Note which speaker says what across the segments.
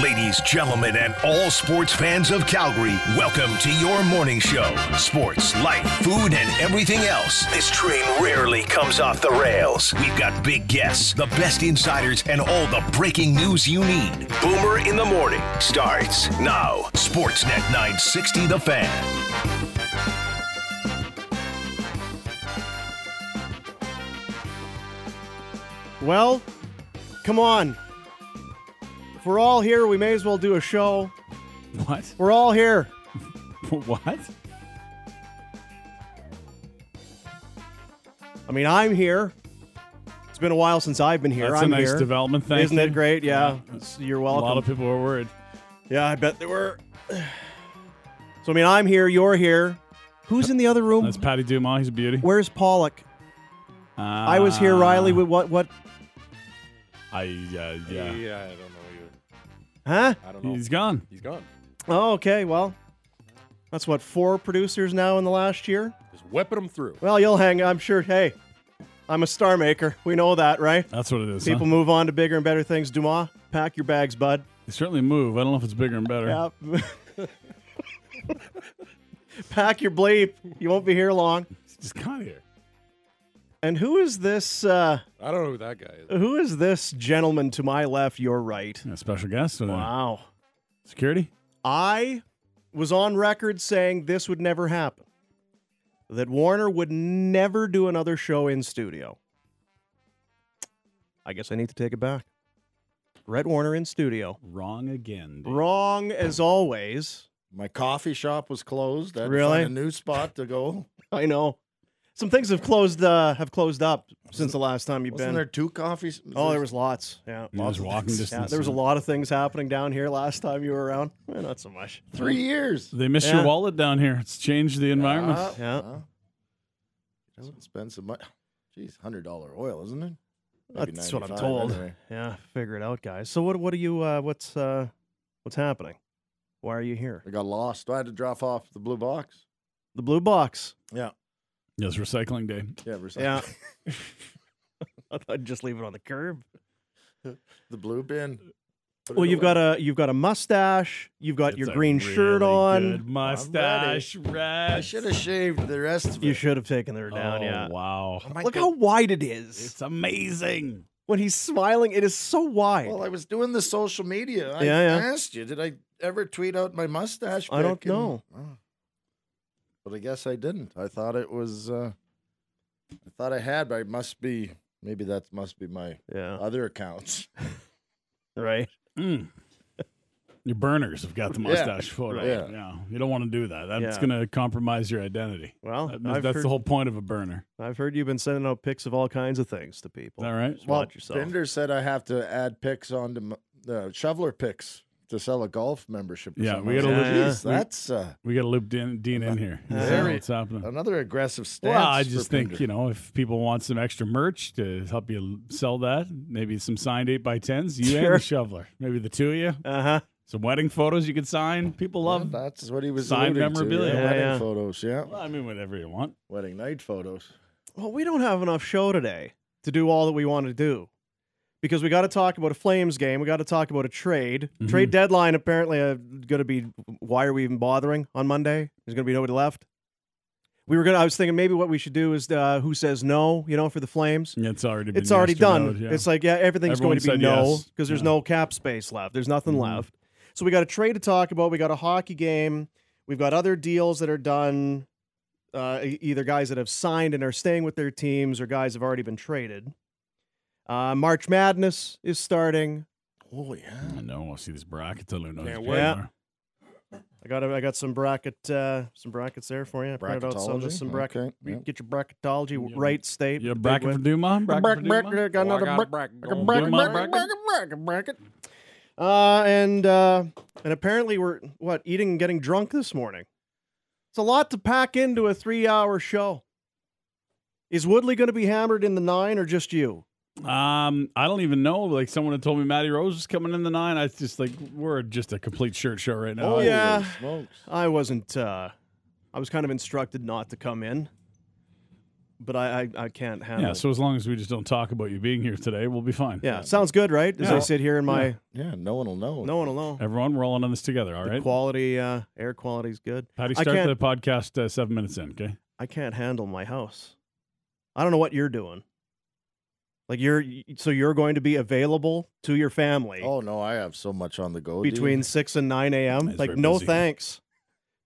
Speaker 1: Ladies, gentlemen, and all sports fans of Calgary, welcome to your morning show. Sports, life, food, and everything else. This train rarely comes off the rails. We've got big guests, the best insiders, and all the breaking news you need. Boomer in the morning starts now. Sportsnet 960 The Fan.
Speaker 2: Well, come on. If we're all here, we may as well do a show.
Speaker 3: What?
Speaker 2: We're all here.
Speaker 3: What?
Speaker 2: I mean, I'm here. It's been a while since I've been here.
Speaker 3: That's a
Speaker 2: I'm
Speaker 3: nice
Speaker 2: here.
Speaker 3: development. Thank
Speaker 2: Isn't
Speaker 3: you.
Speaker 2: it great? Yeah. It's- You're
Speaker 3: A lot
Speaker 2: welcome.
Speaker 3: of people were worried.
Speaker 2: yeah, I bet there were. So I mean, I'm here. You're here. Who's in the other room?
Speaker 3: That's Patty Dumas. He's a beauty.
Speaker 2: Where's Pollock?
Speaker 3: Uh,
Speaker 2: I was here, Riley. With what? What?
Speaker 3: I yeah yeah.
Speaker 4: I don't know either.
Speaker 2: Huh?
Speaker 4: I don't know.
Speaker 3: He's gone.
Speaker 4: He's gone.
Speaker 2: Oh, okay. Well, that's what four producers now in the last year.
Speaker 4: Just whipping him through.
Speaker 2: Well, you'll hang. I'm sure. Hey, I'm a star maker. We know that, right?
Speaker 3: That's what it is.
Speaker 2: People
Speaker 3: huh?
Speaker 2: move on to bigger and better things. Dumas, pack your bags, bud.
Speaker 3: They certainly move. I don't know if it's bigger and better.
Speaker 2: Yeah. pack your bleep. You won't be here long.
Speaker 3: He's just gone here.
Speaker 2: And who is this? Uh,
Speaker 4: I don't know who that guy is.
Speaker 2: who is this gentleman to my left, your right?
Speaker 3: Yeah, special guest. today.
Speaker 2: Wow.
Speaker 3: Security.
Speaker 2: I was on record saying this would never happen. That Warner would never do another show in studio. I guess I need to take it back. Brett Warner in studio.
Speaker 3: Wrong again. dude.
Speaker 2: Wrong as always.
Speaker 5: My coffee shop was closed. I had
Speaker 2: Really?
Speaker 5: to find a new spot to go.
Speaker 2: I know. Some things have closed uh, have closed up since the last time you've
Speaker 5: Wasn't
Speaker 2: been.
Speaker 5: there two coffees?
Speaker 2: oh, there was lots. Yeah.
Speaker 3: Yeah, there's walking distance.
Speaker 2: Yeah, there was a lot of things happening down here last time you were around. Eh, not so much.
Speaker 5: three years.
Speaker 3: They missed
Speaker 2: Yeah.
Speaker 3: your wallet down here. It's changed the environment.
Speaker 5: Ah,
Speaker 2: Yeah.
Speaker 5: ah. You know, spend some money. Jeez, hundred dollar oil, isn't it? Maybe
Speaker 2: That's what I'm
Speaker 5: 95
Speaker 2: told.
Speaker 5: anyway.
Speaker 2: Yeah, figure it out, guys. So what what are you uh, what's uh, what's happening? Why are you here?
Speaker 5: I got lost. I had to drop off the blue box.
Speaker 2: The blue box.
Speaker 5: Yeah,
Speaker 3: yes, recycling day.
Speaker 5: yeah, for some-
Speaker 2: Yeah. I thought I'd just leave it on the curb.
Speaker 5: the blue bin. Put it
Speaker 2: Well, you've
Speaker 5: away.
Speaker 2: got a you've got a mustache. You've got
Speaker 3: It's
Speaker 2: your
Speaker 3: a
Speaker 2: green shirt
Speaker 3: really
Speaker 2: on.
Speaker 3: good mustache. Red.
Speaker 5: I should have shaved the rest of it.
Speaker 2: You should have taken her
Speaker 3: Oh
Speaker 2: down. yeah.
Speaker 3: wow.
Speaker 5: Oh, my
Speaker 2: Look
Speaker 5: God.
Speaker 2: how wide it is.
Speaker 3: It's amazing.
Speaker 2: when he's smiling, it is so wide.
Speaker 5: Well, I was doing the social media. I
Speaker 2: Yeah, yeah.
Speaker 5: asked you, did I ever tweet out my mustache?
Speaker 2: I don't
Speaker 5: pic? And-
Speaker 2: know.
Speaker 5: Oh. But I guess I didn't. I thought it was. Uh, I thought I had. But I must be. Maybe that must be my
Speaker 2: yeah,
Speaker 5: other accounts.
Speaker 2: right.
Speaker 3: Mm. Your burners have got the
Speaker 5: Yeah.
Speaker 3: mustache photo.
Speaker 5: Yeah.
Speaker 3: Yeah. You don't want to do that. That's
Speaker 2: Yeah.
Speaker 3: going to compromise your identity.
Speaker 2: Well,
Speaker 3: That-
Speaker 2: I've,
Speaker 3: that's
Speaker 2: heard,
Speaker 3: the whole point of a burner.
Speaker 2: I've heard you've been sending out pics of all kinds of things to people.
Speaker 3: Is that right?
Speaker 2: Just
Speaker 5: Well,
Speaker 2: watch yourself.
Speaker 5: Binder said I have to add picks onto the uh, shoveler picks to sell a golf membership. or
Speaker 3: Yeah,
Speaker 5: something.
Speaker 3: we
Speaker 5: I was
Speaker 3: gotta
Speaker 5: like,
Speaker 2: look- Yeah, yeah.
Speaker 5: "Jeez, That's uh,
Speaker 3: We got to loop Dean, Dean in here.
Speaker 2: Yeah.
Speaker 3: This is
Speaker 5: Very-
Speaker 3: what's happening?
Speaker 5: another aggressive stance.
Speaker 3: Well, I
Speaker 5: for
Speaker 3: just think
Speaker 5: Binder.
Speaker 3: you know if people want some extra merch to help you l- sell that, maybe some signed eight by tens, you and
Speaker 2: Sure.
Speaker 3: the shoveler, maybe the two of you,
Speaker 2: Uh huh.
Speaker 3: some wedding photos you could sign. People
Speaker 5: Yeah,
Speaker 3: love.
Speaker 5: that's what he was
Speaker 3: signed
Speaker 5: alluding to,
Speaker 3: memorabilia.
Speaker 2: Yeah,
Speaker 5: wedding
Speaker 2: yeah.
Speaker 5: photos. Yeah,
Speaker 3: Well, I mean, whatever you want.
Speaker 5: wedding night photos.
Speaker 2: Well, we don't have enough show today to do all that we want to do because we got to talk about a Flames game. We got to talk about a trade.
Speaker 3: Mhm.
Speaker 2: Trade deadline apparently uh, going to be. Why are we even bothering on Monday? There's going to be nobody left. We were gonna. I was thinking maybe what we should do is uh, who says no, you know, for the Flames.
Speaker 3: Yeah, it's already been.
Speaker 2: It's already done.
Speaker 3: yesterday, yeah.
Speaker 2: It's like yeah, everything's
Speaker 3: Everyone
Speaker 2: going to
Speaker 3: said
Speaker 2: be no
Speaker 3: yes.
Speaker 2: because there's
Speaker 3: Yeah.
Speaker 2: no cap space left. There's nothing
Speaker 3: Mhm.
Speaker 2: left. So we got a trade to talk about. We got a hockey game. We've got other deals that are done. Uh, e- either guys that have signed and are staying with their teams, or guys have already been traded. Uh, March Madness is starting.
Speaker 5: Oh yeah.
Speaker 3: I know. I want to see this bracket. till I know
Speaker 4: Can't
Speaker 3: who's
Speaker 4: wait.
Speaker 3: playing where.
Speaker 2: I got a, I got some bracket uh, some brackets there for you. I printed out some
Speaker 5: Bracketology?
Speaker 2: some bracket.
Speaker 5: Okay, yeah.
Speaker 2: Get your bracketology
Speaker 3: Yeah.
Speaker 2: right state.
Speaker 3: You have
Speaker 2: big
Speaker 3: bracket
Speaker 2: win.
Speaker 3: for Duma. Bracket for Duma?
Speaker 5: got
Speaker 4: Oh, I
Speaker 5: another
Speaker 4: got a
Speaker 5: bracket,
Speaker 4: bracket
Speaker 5: bracket,
Speaker 4: going.
Speaker 5: bracket,
Speaker 3: Doing my
Speaker 5: bracket,
Speaker 3: bracket?
Speaker 5: bracket, bracket.
Speaker 2: Uh, and uh, and apparently we're what eating and getting drunk this morning. It's a lot to pack into a three-hour show. Is Woodley going to be hammered in the nine or just you?
Speaker 3: Um, I don't even know. Like someone had told me Matty Rose was coming in the nine. I just like we're just a complete shirt show right now.
Speaker 2: Oh,
Speaker 5: Holy
Speaker 2: yeah.
Speaker 5: smokes.
Speaker 2: I wasn't. Uh, I was kind of instructed not to come in. but I I, I can't handle.
Speaker 3: Yeah. So as long as we just don't talk about you being here today, we'll be fine.
Speaker 2: yeah, sounds good, right? As
Speaker 3: Yeah.
Speaker 2: I sit here in my
Speaker 5: Yeah, no one will know.
Speaker 2: no one alone,
Speaker 3: Everyone, we're all in on this together. All right.
Speaker 2: quality uh, air quality's good.
Speaker 3: How do you
Speaker 2: I
Speaker 3: start
Speaker 2: can't-
Speaker 3: the podcast uh, seven minutes in? Okay.
Speaker 2: I can't handle my house. I don't know what you're doing. Like you're so you're going to be available to your family
Speaker 5: Oh no, I have so much on the go. dude.
Speaker 2: between six and nine a.m.
Speaker 3: It's
Speaker 2: Like
Speaker 3: very
Speaker 2: no
Speaker 3: busy.
Speaker 2: thanks.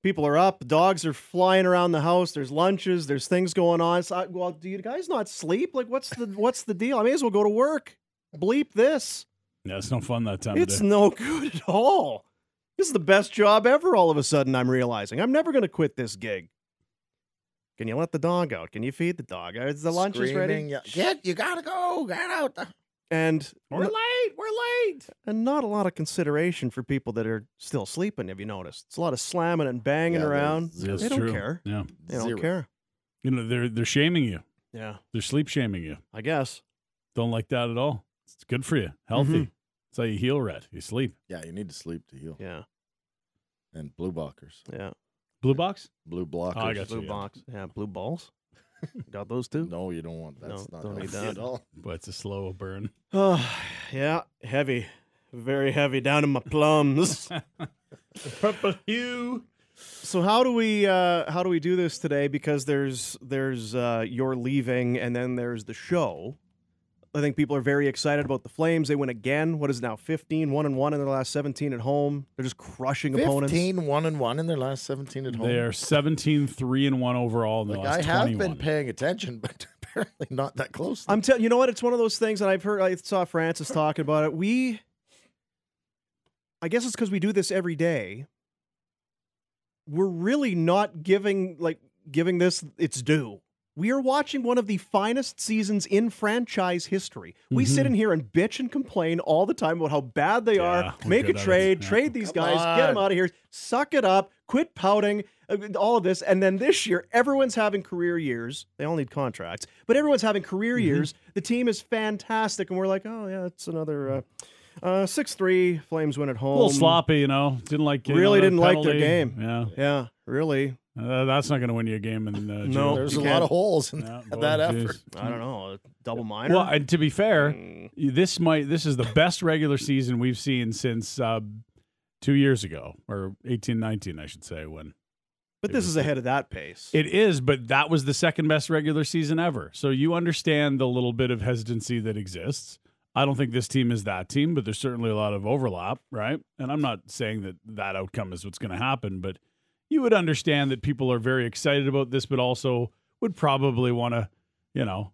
Speaker 2: People are up. Dogs are flying around the house. There's lunches. There's things going on. So I, well, do you guys not sleep? Like what's the what's the deal? I may as well go to work. Bleep this.
Speaker 3: Yeah, it's no fun that time.
Speaker 2: It's
Speaker 3: of day.
Speaker 2: no good at all. This is the best job ever, all of a sudden, I'm realizing. I'm never going to quit this gig. Can you let the dog out? Can you feed the dog? Uh, Is the lunch is ready?
Speaker 5: Screaming, yeah, Get, you gotta go. Get out. the-"
Speaker 2: And,
Speaker 3: we're late. We're late.
Speaker 2: and not a lot of consideration for people that are still sleeping, have you noticed? It's a lot of slamming and banging
Speaker 5: Yeah,
Speaker 2: around.
Speaker 5: there's zero-
Speaker 2: They don't care.
Speaker 3: Yeah.
Speaker 2: They don't
Speaker 5: zero.
Speaker 2: care.
Speaker 3: You know they're they're shaming you.
Speaker 2: Yeah,
Speaker 3: They're sleep shaming you.
Speaker 2: I guess.
Speaker 3: Don't like that at all. It's good for you. Healthy.
Speaker 2: Mm-hmm.
Speaker 3: It's how you heal, Rhett. You sleep.
Speaker 5: Yeah, you need to sleep to heal.
Speaker 2: Yeah,
Speaker 5: And blue blockers,
Speaker 2: yeah.
Speaker 3: Blue box.
Speaker 5: blue blockers.
Speaker 3: Oh, I got
Speaker 2: Blue
Speaker 3: you.
Speaker 2: box. Yeah, blue balls. Got those too.
Speaker 5: No, you don't want.
Speaker 2: No,
Speaker 5: That's not
Speaker 2: don't need
Speaker 5: healthy
Speaker 2: that.
Speaker 5: at all.
Speaker 3: But it's a slow burn.
Speaker 2: Oh, yeah, heavy. Very heavy down in my plums.
Speaker 3: Purple hue.
Speaker 2: So how do we uh, how do we do this today? Because there's there's uh, you're leaving, and then there's the show. I think people are very excited about the Flames. They win again. What is it now 15, 1 and 1 in their last 17 at home. They're just crushing opponents.
Speaker 5: 15, 1 and 1 in their last 17 at home.
Speaker 3: They are 17 3 and 1 overall in the
Speaker 5: like, I
Speaker 3: last
Speaker 5: have
Speaker 3: 21.
Speaker 5: been paying attention, but apparently not that close.
Speaker 2: I'm telling you know what? It's one of those things, and I've heard I saw Francis talking about it. We, I guess it's because we do this every day. We're really not giving like giving this its due. We are watching one of the finest seasons in franchise history. We sit
Speaker 3: Mhm.
Speaker 2: in here and bitch and complain all the time about how bad they
Speaker 3: Yeah,
Speaker 2: are.
Speaker 3: we're
Speaker 2: Make a
Speaker 3: good at it.
Speaker 2: trade,
Speaker 3: Yeah.
Speaker 2: trade these
Speaker 5: Come
Speaker 2: guys, get them
Speaker 5: on.
Speaker 2: out of here, suck it up, quit pouting, uh, all of this. And then this year, everyone's having career years. They all need contracts, but everyone's having career
Speaker 3: Mm-hmm.
Speaker 2: years. The team is fantastic. And we're like, oh, yeah, it's another 6 3. Flames win at
Speaker 3: a
Speaker 2: home.
Speaker 3: little sloppy, you know. Didn't like you know,
Speaker 2: Really
Speaker 3: that
Speaker 2: didn't like their
Speaker 3: penalty.
Speaker 2: game.
Speaker 3: Yeah.
Speaker 2: Yeah, really.
Speaker 3: Uh, that's not going to win you a game in uh,
Speaker 2: No.
Speaker 5: There's
Speaker 2: you
Speaker 5: a
Speaker 2: can't-
Speaker 5: lot of holes in
Speaker 3: Yeah,
Speaker 5: that,
Speaker 3: boy,
Speaker 5: that
Speaker 3: geez.
Speaker 5: effort.
Speaker 2: I don't know. Double minor.
Speaker 3: Mm. Well, and to be fair,
Speaker 2: Mm,
Speaker 3: this might this is the best regular season we've seen since uh, 2 years ago or eighteen nineteen, I should say when.
Speaker 2: but this is ahead of that pace.
Speaker 3: It is, but that was the second best regular season ever. So you understand the little bit of hesitancy that exists. I don't think this team is that team, but there's certainly a lot of overlap, right? And I'm not saying that that outcome is what's going to happen, but you would understand that people are very excited about this, but also would probably want to, you know,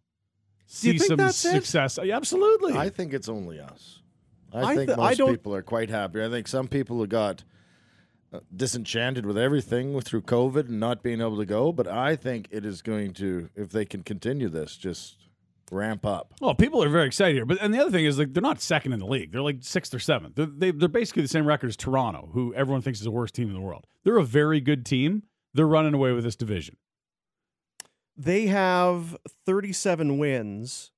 Speaker 3: see
Speaker 2: think
Speaker 3: some
Speaker 2: that's it?
Speaker 3: success. Yeah, absolutely.
Speaker 5: I think it's only us. I,
Speaker 2: I
Speaker 5: think
Speaker 2: th- I
Speaker 5: most
Speaker 2: don't-
Speaker 5: people are quite happy. I think some people have got uh, disenchanted with everything with- through COVID and not being able to go. But I think it is going to, if they can continue this, just ramp up.
Speaker 3: Well, people are very excited here, but and the other thing is like they're not second in the league; they're like sixth or seventh. They're, they, they're basically the same record as Toronto, who everyone thinks is the worst team in the world. They're a very good team. They're running away with this division.
Speaker 2: they have 37 wins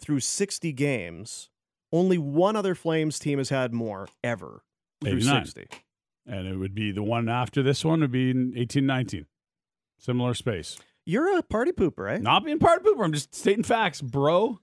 Speaker 2: through 60 games. Only one other Flames team has had more ever through
Speaker 3: 89.
Speaker 2: 60.
Speaker 3: and it would be the one after this one would be in eighteen nineteen, similar space.
Speaker 2: You're a party pooper, eh? right?
Speaker 3: Not being part of Pooper, I'm just stating facts, bro.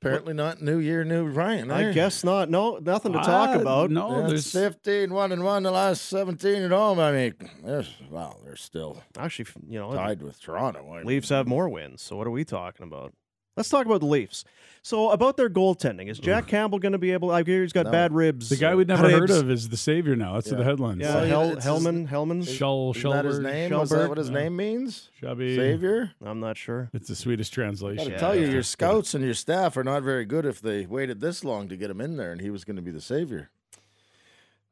Speaker 5: Apparently, not new year, new Ryan.
Speaker 2: I
Speaker 5: eh?
Speaker 2: guess not. No, nothing to talk
Speaker 3: Uh,
Speaker 2: about.
Speaker 3: No,
Speaker 5: That's
Speaker 3: there's
Speaker 5: 15, 1 and 1, the last 17 at home. I mean, there's, wow, they're still
Speaker 2: Actually, you know,
Speaker 5: tied with Toronto. I-
Speaker 2: Leafs have more wins. So what are we talking about? Let's talk about the Leafs. So about their goaltending, is Jack Campbell going to be able? I hear he's got
Speaker 5: No.
Speaker 2: bad ribs.
Speaker 3: the guy we'd never heard
Speaker 2: Ribs.
Speaker 3: of is the savior now. That's the
Speaker 5: Yeah.
Speaker 3: headline.
Speaker 2: Yeah,
Speaker 5: Well,
Speaker 2: Hel-
Speaker 5: it's his-
Speaker 2: Hellman. Hellman.
Speaker 3: Shul,
Speaker 5: Isn't that his
Speaker 3: Shulberg,
Speaker 5: name? Was that
Speaker 2: Schulberg?
Speaker 5: what his
Speaker 3: Yeah.
Speaker 5: name means?
Speaker 3: Shubby.
Speaker 5: Savior?
Speaker 2: I'm not sure.
Speaker 3: It's the Swedish
Speaker 5: I
Speaker 3: translation.
Speaker 5: gotta tell you, your
Speaker 3: Yeah.
Speaker 5: scouts and your staff are not very good if they waited this long to get him in there and he was going to be the savior.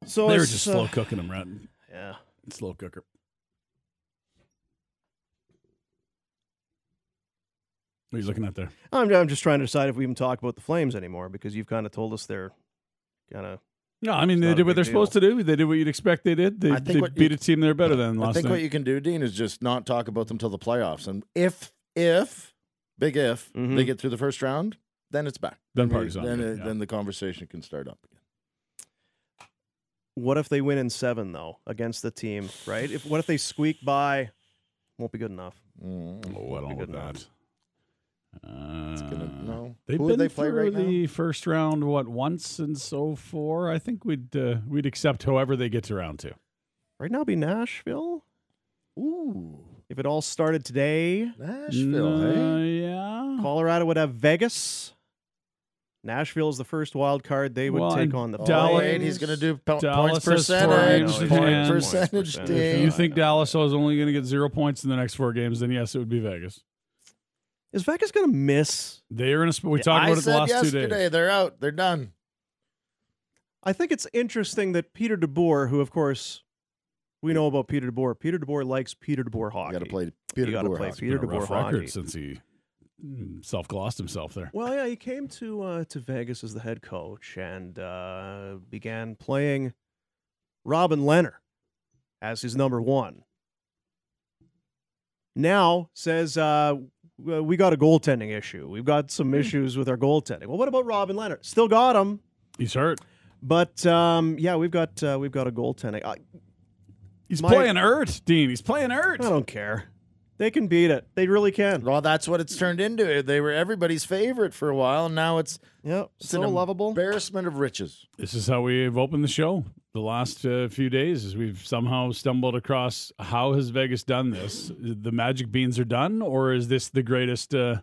Speaker 2: So
Speaker 3: they were
Speaker 2: it's,
Speaker 3: just
Speaker 2: uh,
Speaker 3: slow cooking him, right?
Speaker 2: Yeah.
Speaker 3: Slow cooker. What are you looking at there?
Speaker 2: I'm, I'm just trying to decide if we even talk about the Flames anymore because you've kind of told us they're kind of.
Speaker 3: No, I mean
Speaker 2: It's
Speaker 3: they
Speaker 2: not a
Speaker 3: did what
Speaker 2: big
Speaker 3: they're supposed to do. They did what you'd expect they did. They,
Speaker 5: I think
Speaker 3: they
Speaker 5: what you-
Speaker 3: beat a team they're better than
Speaker 5: I
Speaker 3: last
Speaker 5: think what
Speaker 3: night.
Speaker 5: you can do, Dean, is just not talk about them till the playoffs. And if, if, big if,
Speaker 2: Mhm.
Speaker 5: they get through the first round, then it's back.
Speaker 3: Then
Speaker 5: we-
Speaker 3: party's on
Speaker 5: Then,
Speaker 3: again,
Speaker 5: uh,
Speaker 3: yeah.
Speaker 5: then the conversation can start up again.
Speaker 2: What if they win in seven though against the team, right? If what if they squeak by? Won't be good enough.
Speaker 5: Mm.
Speaker 3: Oh, I don't
Speaker 2: Be
Speaker 3: know
Speaker 2: good
Speaker 3: about
Speaker 2: enough.
Speaker 3: that. Uh,
Speaker 5: It's gonna, no.
Speaker 3: They've been
Speaker 5: Who would they play
Speaker 3: through
Speaker 5: right
Speaker 3: the
Speaker 5: now?
Speaker 3: first round what once and so four. I think we'd uh, we'd accept however they get to round two.
Speaker 2: Right now, it'd be Nashville.
Speaker 5: Ooh,
Speaker 2: If it all started today,
Speaker 5: Nashville.
Speaker 3: Uh,
Speaker 5: hey,
Speaker 3: yeah.
Speaker 2: Colorado would have Vegas. Nashville's the first wild card. They would
Speaker 3: Well,
Speaker 2: take
Speaker 3: and
Speaker 2: on the
Speaker 5: oh,
Speaker 3: Dallas-
Speaker 5: wait, he's gonna do po-
Speaker 3: Dallas has
Speaker 5: points
Speaker 3: four
Speaker 5: percentage.
Speaker 3: games in
Speaker 5: Point
Speaker 3: hand.
Speaker 5: percentage.
Speaker 2: Points
Speaker 3: If
Speaker 5: Dave.
Speaker 3: you think Dallas is only going to get zero points in the next four games, then yes, it would be Vegas.
Speaker 2: Is Vegas going to miss?
Speaker 3: They are in a. Sp- we
Speaker 5: Yeah,
Speaker 3: talked
Speaker 5: I
Speaker 3: about it the
Speaker 5: said
Speaker 3: last
Speaker 5: yesterday,
Speaker 3: two days.
Speaker 5: They're out. They're done.
Speaker 2: I think it's interesting that Peter DeBoer, who of course we know about Peter DeBoer, Peter DeBoer likes Peter DeBoer hockey.
Speaker 5: You got to play Peter
Speaker 2: gotta
Speaker 5: Boer
Speaker 2: play
Speaker 5: hockey.
Speaker 2: Peter
Speaker 3: Been a rough
Speaker 2: DeBoer hockey.
Speaker 3: record since he self glossed himself there.
Speaker 2: Well, yeah, he came to uh, to Vegas as the head coach and uh, began playing Robin Leonard as his number one. Now says uh, w- we got a goaltending issue. We've got
Speaker 3: Hmm.
Speaker 2: some issues with our goaltending. Well, what about Robin Leonard? Still got him,
Speaker 3: He's hurt.
Speaker 2: but um, yeah, we've got uh, we've got a goaltending. I,
Speaker 3: He's
Speaker 2: My-
Speaker 3: playing hurt, Dean. He's playing hurt.
Speaker 2: I don't care. They can beat it. They really can.
Speaker 5: Well, that's what it's turned into. They were everybody's favorite for a while, and now it's
Speaker 2: Yeah,
Speaker 5: it's
Speaker 2: so
Speaker 5: an
Speaker 2: lovable.
Speaker 5: embarrassment of riches.
Speaker 3: This is how we've opened the show the last uh, few days is we've somehow stumbled across how has Vegas done this? The magic beans are done, or is this the greatest uh,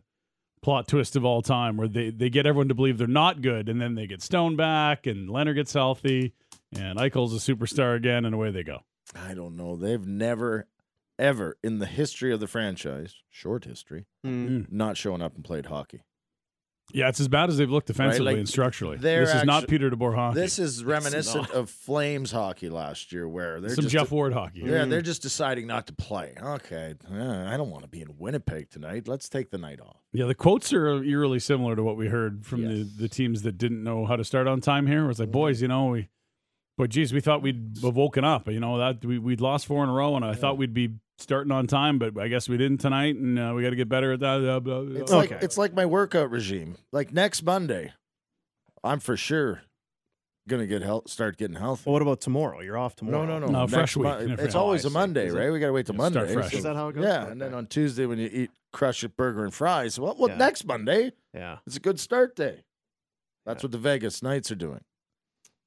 Speaker 3: plot twist of all time where they, they get everyone to believe they're not good and then they get Stone back and Leonard gets healthy and Eichel's a superstar again and away they go.
Speaker 5: I don't know. They've never, ever in the history of the franchise, short history,
Speaker 2: Mm.
Speaker 5: not shown up and played hockey.
Speaker 3: Yeah, it's as bad as they've looked defensively
Speaker 5: like,
Speaker 3: and structurally.
Speaker 5: they're
Speaker 3: This is not
Speaker 5: actu-
Speaker 3: Peter DeBoer hockey.
Speaker 5: This is reminiscent
Speaker 2: not.
Speaker 5: of Flames hockey last year, where they're
Speaker 3: Some
Speaker 5: just
Speaker 3: Jeff Ward hockey.
Speaker 5: yeah, they're just deciding not to play. Okay, uh, I don't want to be in Winnipeg tonight. Let's take the night off.
Speaker 3: Yeah, the quotes are eerily similar to what we heard from
Speaker 5: Yes. Mm-hmm.
Speaker 3: the, the teams that didn't know how to start on time here. It was like, boys, you know, we, but geez, we thought we'd have woken up. You know, that we, we'd lost four in a row, and I thought we'd be starting on time, but I guess we didn't tonight, and uh, we got to get better at that. blah, blah, blah. Oh,
Speaker 5: It's
Speaker 2: Okay.
Speaker 5: like it's like my workout regime. Like next Monday, I'm for sure gonna get help, start getting healthy.
Speaker 2: Well, what about tomorrow? You're
Speaker 5: Oh,
Speaker 2: off tomorrow.
Speaker 3: No,
Speaker 5: Next
Speaker 3: fresh week.
Speaker 5: Mon-
Speaker 3: Never-
Speaker 5: it's
Speaker 3: Oh,
Speaker 5: always
Speaker 2: I
Speaker 5: a
Speaker 2: see.
Speaker 5: Monday,
Speaker 2: Is it-
Speaker 5: right? We gotta wait till
Speaker 3: Yeah, start
Speaker 5: Monday.
Speaker 3: fresh.
Speaker 5: so-
Speaker 2: Is that how it goes?
Speaker 5: yeah,
Speaker 2: Okay.
Speaker 5: and then on Tuesday when you eat crush it burger and fries. Well, what
Speaker 2: Yeah.
Speaker 5: next Monday?
Speaker 2: Yeah.
Speaker 5: It's a good start day. That's
Speaker 2: Yeah.
Speaker 5: what the Vegas Knights are doing.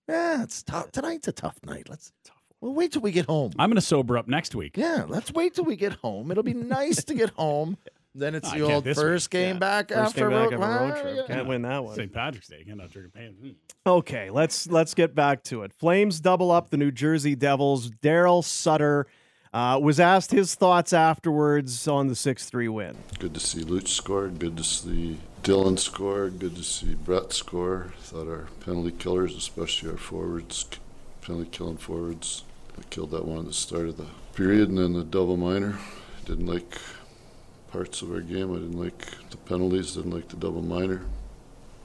Speaker 5: Yeah, it's tough. Tonight's a tough night. Let's we'll wait till we get home.
Speaker 3: I'm going to sober up next week.
Speaker 5: Yeah, let's wait till we get home. It'll be nice to get home. Then it's
Speaker 3: I
Speaker 5: the
Speaker 3: can't
Speaker 5: old
Speaker 3: this week.
Speaker 5: first game
Speaker 2: Yeah.
Speaker 5: back
Speaker 2: First
Speaker 5: after
Speaker 2: game back
Speaker 5: road-
Speaker 2: of a road
Speaker 5: Ah,
Speaker 2: trip.
Speaker 5: yeah.
Speaker 2: Can't win that one.
Speaker 3: St. Patrick's Day. Again, not drinking pan. Mm.
Speaker 2: Okay, let's let's get back to it. Flames double up the New Jersey Devils. Daryl Sutter uh, was asked his thoughts afterwards on the six three win.
Speaker 6: Good to see Luch score. Good to see Dylan score. Good to see Brett score. Thought our penalty killers, especially our forwards, k- penalty killing forwards, they killed that one at the start of the period and then the double minor. Didn't like parts of our game. I didn't like the penalties. Didn't like the double minor.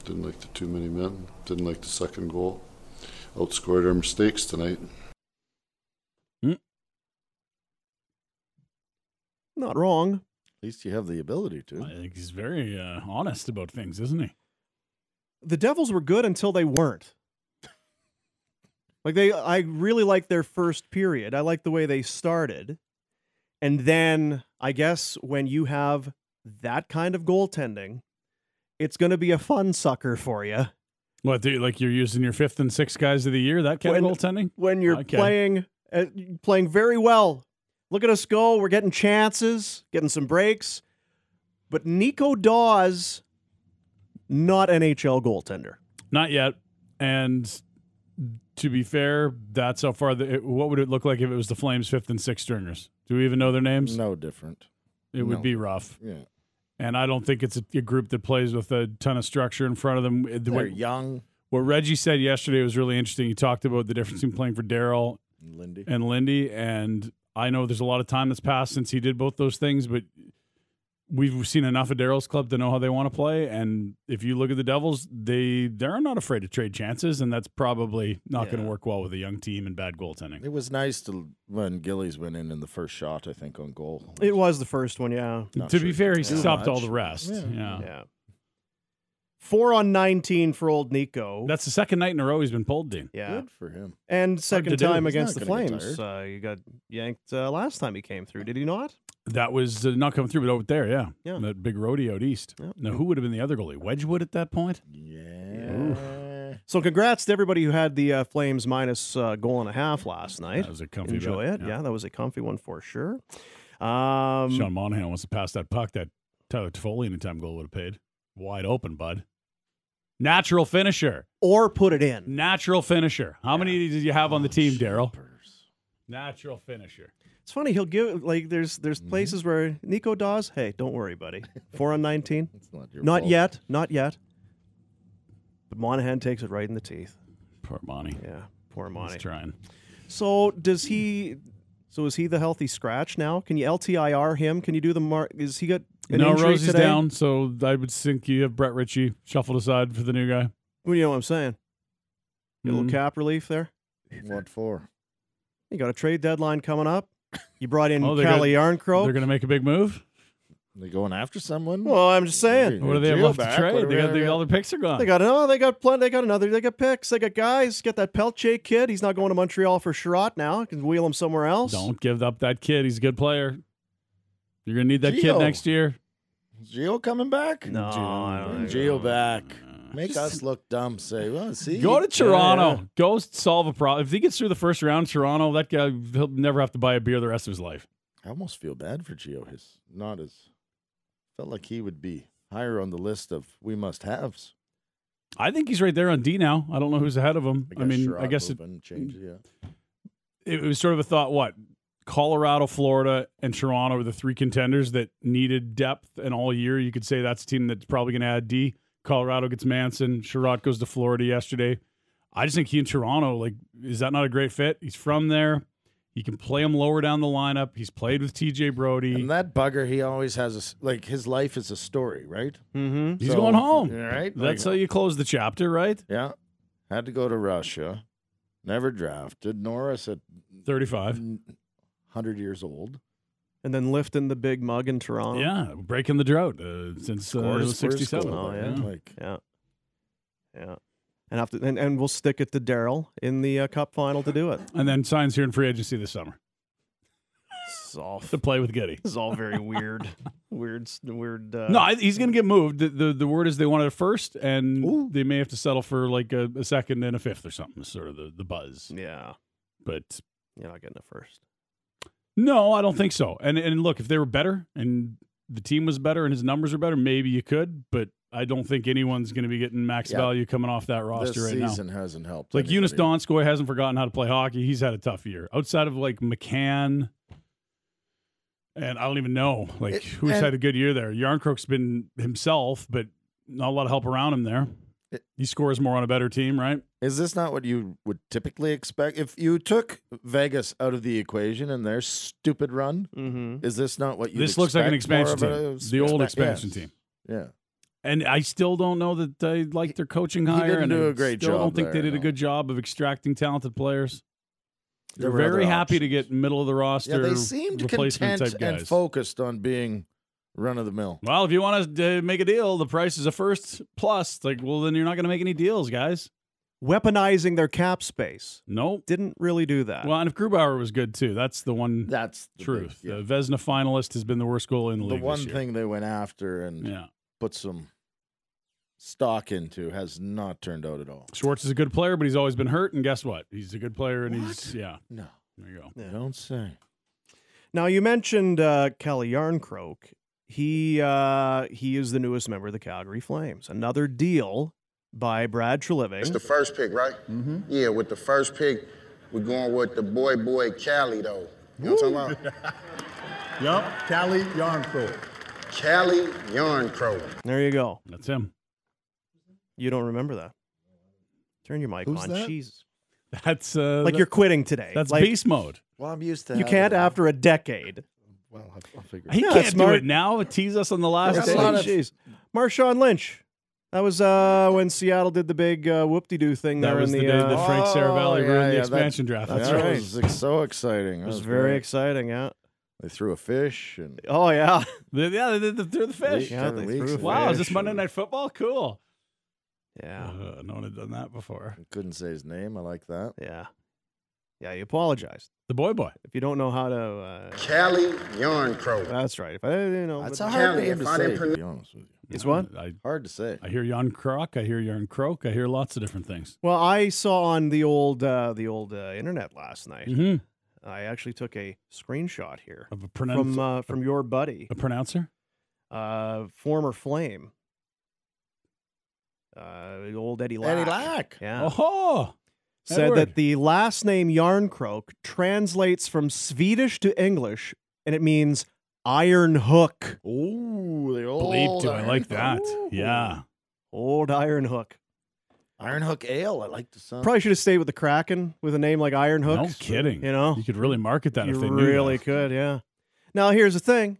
Speaker 6: Didn't like the too many men. Didn't like the second goal. Outscored our mistakes tonight.
Speaker 2: Not wrong.
Speaker 5: At least you have the ability
Speaker 3: I
Speaker 5: to.
Speaker 3: think he's very uh, honest about things, isn't he?
Speaker 2: The Devils were good until they weren't. Like they, I really liked their first period. I liked the way they started, and then I guess when you have that kind of goaltending, it's going to be a fun sucker for you.
Speaker 3: What, do you- like you're using your fifth and sixth guys of the year, that kind
Speaker 2: When-
Speaker 3: of goaltending?
Speaker 2: when you're
Speaker 3: Okay.
Speaker 2: playing uh, playing very well. Look at us go. We're getting chances, getting some breaks. But Nico Dawes, not NHL goaltender.
Speaker 3: Not yet. And to be fair, that's how far. The, it, what would it look like if it was the Flames' fifth and sixth stringers? Do we even know their names?
Speaker 5: No different.
Speaker 3: it would
Speaker 5: no.
Speaker 3: be rough.
Speaker 5: Yeah,
Speaker 3: And I don't think it's a, a group that plays with a ton of structure in front of them. It- the
Speaker 5: they're
Speaker 3: way-
Speaker 5: young.
Speaker 3: what Reggie said yesterday was really interesting. He talked about the difference between playing for Daryl
Speaker 5: Lindy.
Speaker 3: and Lindy. And I know there's a lot of time that's passed since he did both those things, but we've seen enough of Daryl's club to know how they want to play. And if you look at the Devils, they they're not afraid to trade chances, and that's probably not going
Speaker 2: Yeah.
Speaker 3: to work well with a young team and bad goaltending.
Speaker 5: It was nice to when Gillies went in in the first shot. I think on goal.
Speaker 2: It was the first one, yeah.
Speaker 5: Not
Speaker 3: to
Speaker 5: sure
Speaker 3: be
Speaker 5: you
Speaker 3: fair, he
Speaker 5: can do
Speaker 3: stopped
Speaker 5: much.
Speaker 3: all the rest. Yeah.
Speaker 5: Yeah.
Speaker 2: Yeah. Four on 19 for old Nico.
Speaker 3: That's the second night in a row he's been pulled, Dean.
Speaker 2: yeah.
Speaker 5: Good for him.
Speaker 2: And
Speaker 3: to
Speaker 2: second
Speaker 3: do.
Speaker 2: time
Speaker 5: He's
Speaker 2: against the
Speaker 5: not gonna get
Speaker 2: Flames. Uh, you got yanked uh, last time he came through, did he not?
Speaker 3: That was uh, not coming through, but over there, yeah.
Speaker 2: Yeah.
Speaker 3: That big rodeo out east.
Speaker 2: Yeah.
Speaker 3: Now, who would have been the other goalie? Wedgwood at that point?
Speaker 5: Yeah.
Speaker 2: So congrats to everybody who had the uh, Flames minus uh, goal and a half last night.
Speaker 3: That was a comfy
Speaker 2: Enjoy
Speaker 3: bet,
Speaker 2: it. Yeah. that was a comfy one for sure. Um,
Speaker 3: Sean Monahan wants to pass that puck that Tyler Toffoli anytime goal would have paid. Wide open, bud. Natural finisher.
Speaker 2: or put it in.
Speaker 3: Natural finisher. How many did you have on the team, Daryl? Natural finisher.
Speaker 2: It's funny he'll give like there's there's
Speaker 5: Mm-hmm.
Speaker 2: places where Nico Dawes. Hey, don't worry, buddy. Four on nineteen.
Speaker 5: It's not your
Speaker 2: Not
Speaker 5: fault.
Speaker 2: yet. Not yet. But Monahan takes it right in the teeth.
Speaker 3: Poor Monty.
Speaker 2: Yeah, poor
Speaker 3: He's
Speaker 2: Monty.
Speaker 3: trying.
Speaker 2: So does he? So is he the healthy scratch now? Can you LTIR him? Can you do the mark? Is he got an
Speaker 3: no,
Speaker 2: injury
Speaker 3: Rosie's
Speaker 2: today?
Speaker 3: down, so I would think you have Brett Ritchie shuffled aside for the new guy.
Speaker 2: Well, you know what I'm saying. Get A
Speaker 3: Mhm.
Speaker 2: little cap relief there.
Speaker 5: What for?
Speaker 2: You got a trade deadline coming up. You brought in
Speaker 3: Oh, they're
Speaker 2: Callie Yarncroke.
Speaker 3: They're going to make a big move.
Speaker 5: They going after someone?
Speaker 2: well, I'm just saying.
Speaker 3: What do they have
Speaker 5: Geo
Speaker 3: left to
Speaker 5: back, what
Speaker 3: trade? They
Speaker 5: are we
Speaker 3: got, they
Speaker 5: gonna
Speaker 3: got all their picks are gone.
Speaker 2: They got oh, they got plenty. They got another. They got picks. They got guys. Get that Pelche kid. He's not going to Montreal for Sherratt now. Can wheel him somewhere else.
Speaker 3: Don't give up that kid. He's a good player. You're going to need that
Speaker 5: Geo.
Speaker 3: kid next year.
Speaker 5: Is Geo coming back?
Speaker 2: No, I don't
Speaker 5: Bring
Speaker 2: think
Speaker 5: Geo back. Make us look dumb. Say, well, see.
Speaker 3: Go to
Speaker 5: Yeah,
Speaker 3: Toronto.
Speaker 5: yeah.
Speaker 3: Go solve a problem. If he gets through the first round, Toronto, that guy he'll never have to buy a beer the rest of his life.
Speaker 5: I almost feel bad for Geo. His not as felt like he would be higher on the list of we must haves.
Speaker 3: I think he's right there on D now. I don't know who's ahead of him. I, mean, I
Speaker 5: Sherrod
Speaker 3: guess it,
Speaker 5: moving changes, yeah.
Speaker 3: it was sort of a thought. What Colorado, Florida, and Toronto are the three contenders that needed depth, and all year you could say that's a team that's probably going to add D. Colorado gets Manson. Sherrod goes to Florida yesterday. I just think he and Toronto, like, is that not a great fit? He's from there. You can play him lower down the lineup. He's played with TJ Brody.
Speaker 5: And that bugger, he always has a s- like his life is a story, right?
Speaker 2: Mm-hmm.
Speaker 3: He's
Speaker 5: So-
Speaker 3: going home.
Speaker 5: All right.
Speaker 3: That's how
Speaker 5: like,
Speaker 3: you close the chapter, right?
Speaker 5: yeah. Had to go to Russia. Never drafted. Norris at
Speaker 3: 35.
Speaker 5: hundred years old.
Speaker 2: And then lifting the big mug in Toronto.
Speaker 3: Yeah, breaking the drought uh, since uh,
Speaker 5: Uh-huh. Scores, scores,
Speaker 3: 67.
Speaker 5: scores,
Speaker 2: Oh, yeah.
Speaker 5: man. Like
Speaker 2: Yeah. Yeah. And after and, and we'll stick it to Daryl in the uh, Cup final to do it.
Speaker 3: And then signs here in free agency this summer
Speaker 2: This is all,
Speaker 3: to play with Giddy.
Speaker 2: this is all very weird, weird, s- weird. Uh,
Speaker 3: No, I, he's going to get moved. The, the The word is they wanted a first, and
Speaker 5: Ooh.
Speaker 3: they may have to settle for like a, a second and a fifth or something, is sort of the, the buzz.
Speaker 2: yeah,
Speaker 3: But
Speaker 2: you're not getting it first.
Speaker 3: no, I don't think so. And and look, if they were better and the team was better and his numbers were better, maybe you could. But I don't think anyone's going to be getting max
Speaker 5: Yeah.
Speaker 3: value coming off that roster
Speaker 5: this
Speaker 3: right now.
Speaker 5: season hasn't helped.
Speaker 3: Like Eunice
Speaker 5: anybody.
Speaker 3: Donskoy hasn't forgotten how to play hockey. He's had a tough year. Outside of like McCann, and I don't even know like
Speaker 5: It-
Speaker 3: who's
Speaker 5: and-
Speaker 3: had a good year there. Yarncroke's been himself, but not a lot of help around him there.
Speaker 5: It-
Speaker 3: he scores more on a better team, right?
Speaker 5: Is this not what you would typically expect? If you took Vegas out of the equation and their stupid run,
Speaker 2: Mm-hmm.
Speaker 5: is this not what you
Speaker 3: This looks like an expansion team, the old expansion team.
Speaker 5: Yeah.
Speaker 3: And I still don't know that they like their coaching
Speaker 5: He
Speaker 3: hire.
Speaker 5: didn't
Speaker 3: and
Speaker 5: do
Speaker 3: I
Speaker 5: a great
Speaker 3: still don't
Speaker 5: job
Speaker 3: think
Speaker 5: there,
Speaker 3: they did a
Speaker 5: no.
Speaker 3: good job of extracting talented players.
Speaker 5: There
Speaker 3: They're
Speaker 5: were other
Speaker 3: very happy to
Speaker 5: options.
Speaker 3: get middle of the
Speaker 5: Yeah,
Speaker 3: roster.
Speaker 5: they seemed
Speaker 3: replacement
Speaker 5: content
Speaker 3: type guys.
Speaker 5: and focused on being run of the mill.
Speaker 3: Well, if you want to uh, make a deal, the price is a first plus. Like, well, then you're not going to make any deals, guys.
Speaker 2: Weaponizing their cap space
Speaker 3: Nope.
Speaker 2: didn't really do that.
Speaker 3: Well, and if Grubauer was good too, that's the one
Speaker 5: That's the big-
Speaker 3: truth.
Speaker 5: yeah.
Speaker 3: The Vesna finalist has been the worst goalie in the,
Speaker 5: The
Speaker 3: league.
Speaker 5: one
Speaker 3: this year.
Speaker 5: thing they went after and
Speaker 3: Yeah.
Speaker 5: put some stock into has not turned out at all.
Speaker 3: Schwartz is a good player, but he's always been hurt. And guess what? He's a good player, and he's
Speaker 5: What?
Speaker 3: yeah.
Speaker 5: No,
Speaker 3: There you go.
Speaker 5: I don't say.
Speaker 2: Now you mentioned uh, Kelly Yarncroke. He uh, he is the newest member of the Calgary Flames. Another deal by Brad
Speaker 7: It's the
Speaker 2: Treliving.
Speaker 7: first pick, right? Mm-hmm. Yeah, with the first pick, we're going with the boy, boy Cali, though. You know what I'm talking about?
Speaker 8: Yup, Cali Yarn Pro.
Speaker 7: Cali Yarncrow.
Speaker 2: There you go.
Speaker 3: That's him.
Speaker 2: You don't remember that? Turn your mic
Speaker 5: Who's
Speaker 2: on.
Speaker 5: that?
Speaker 2: Jesus,
Speaker 3: That's uh,
Speaker 2: like
Speaker 3: that-
Speaker 2: you're quitting today.
Speaker 3: That's
Speaker 2: like,
Speaker 3: beast mode.
Speaker 5: Well, I'm used to.
Speaker 2: You
Speaker 5: having
Speaker 2: can't
Speaker 5: it.
Speaker 2: after a decade.
Speaker 5: Well, I'll- I'll figure.
Speaker 3: He
Speaker 2: Yeah,
Speaker 3: can't
Speaker 2: smart.
Speaker 3: do it now. Tease us on the last
Speaker 5: That's
Speaker 3: day.
Speaker 5: a lot of-
Speaker 2: Jeez. Marshawn Lynch. That was uh, when Seattle did the big uh, whoop-de-doo thing
Speaker 3: That
Speaker 2: there
Speaker 3: was
Speaker 2: in
Speaker 3: the,
Speaker 2: the.
Speaker 3: day
Speaker 2: uh,
Speaker 3: that Frank
Speaker 5: Oh,
Speaker 3: Saravalli
Speaker 5: yeah,
Speaker 3: ruined the
Speaker 5: yeah, that-
Speaker 3: expansion draft.
Speaker 5: That's
Speaker 2: That's
Speaker 5: yeah,
Speaker 2: right.
Speaker 5: It was like, so exciting.
Speaker 2: it was very exciting. Yeah.
Speaker 5: They threw a fish and
Speaker 2: Oh yeah.
Speaker 3: They- Yeah, they- they- they're the fish.
Speaker 5: Yeah,
Speaker 2: they
Speaker 5: weeks
Speaker 2: threw a
Speaker 5: and
Speaker 3: Wow, is this
Speaker 5: fish
Speaker 3: Monday
Speaker 5: and-
Speaker 3: Night Football? Cool.
Speaker 2: Yeah.
Speaker 3: Uh, no one had done that before.
Speaker 5: Couldn't say his name. I like that.
Speaker 2: Yeah. Yeah, you apologized.
Speaker 3: The boy boy.
Speaker 2: If you don't know how to uh,
Speaker 7: Cali Yarn Crow.
Speaker 2: that's right. If I you know
Speaker 5: That's
Speaker 2: but-
Speaker 5: a hard
Speaker 7: Kelly,
Speaker 5: name
Speaker 7: if
Speaker 5: to
Speaker 7: I
Speaker 5: say.
Speaker 7: didn't
Speaker 5: To be honest with you,
Speaker 2: It's
Speaker 3: No,
Speaker 2: what?
Speaker 3: I,
Speaker 5: hard to say.
Speaker 3: I hear Jan Kroc. I hear Jan Croak. I hear lots of different things.
Speaker 2: Well, I saw on the old uh, the old uh, internet last night.
Speaker 3: Mm-hmm.
Speaker 2: I actually took a screenshot here
Speaker 3: Of a, pronounce-
Speaker 2: from uh, from your buddy,
Speaker 3: a pronouncer?
Speaker 2: uh, former Flame, uh, old Eddie Lack.
Speaker 5: Eddie Lack.
Speaker 2: Yeah.
Speaker 3: Oh,
Speaker 2: said
Speaker 3: Edward.
Speaker 2: that the last name Yarncroak translates from Swedish to English, and it means iron hook.
Speaker 5: Ooh, the old
Speaker 3: bleep. Do I
Speaker 5: Iron
Speaker 3: like
Speaker 5: Hook.
Speaker 3: that? Yeah.
Speaker 2: Old iron hook.
Speaker 5: Iron Hook Ale. I like the sound.
Speaker 2: Probably should have stayed with the Kraken with a name like Iron Hook.
Speaker 3: No kidding.
Speaker 2: You know,
Speaker 3: You could really market that if they
Speaker 2: you
Speaker 3: knew.
Speaker 2: really
Speaker 3: that.
Speaker 2: could. Yeah. Now here's the thing.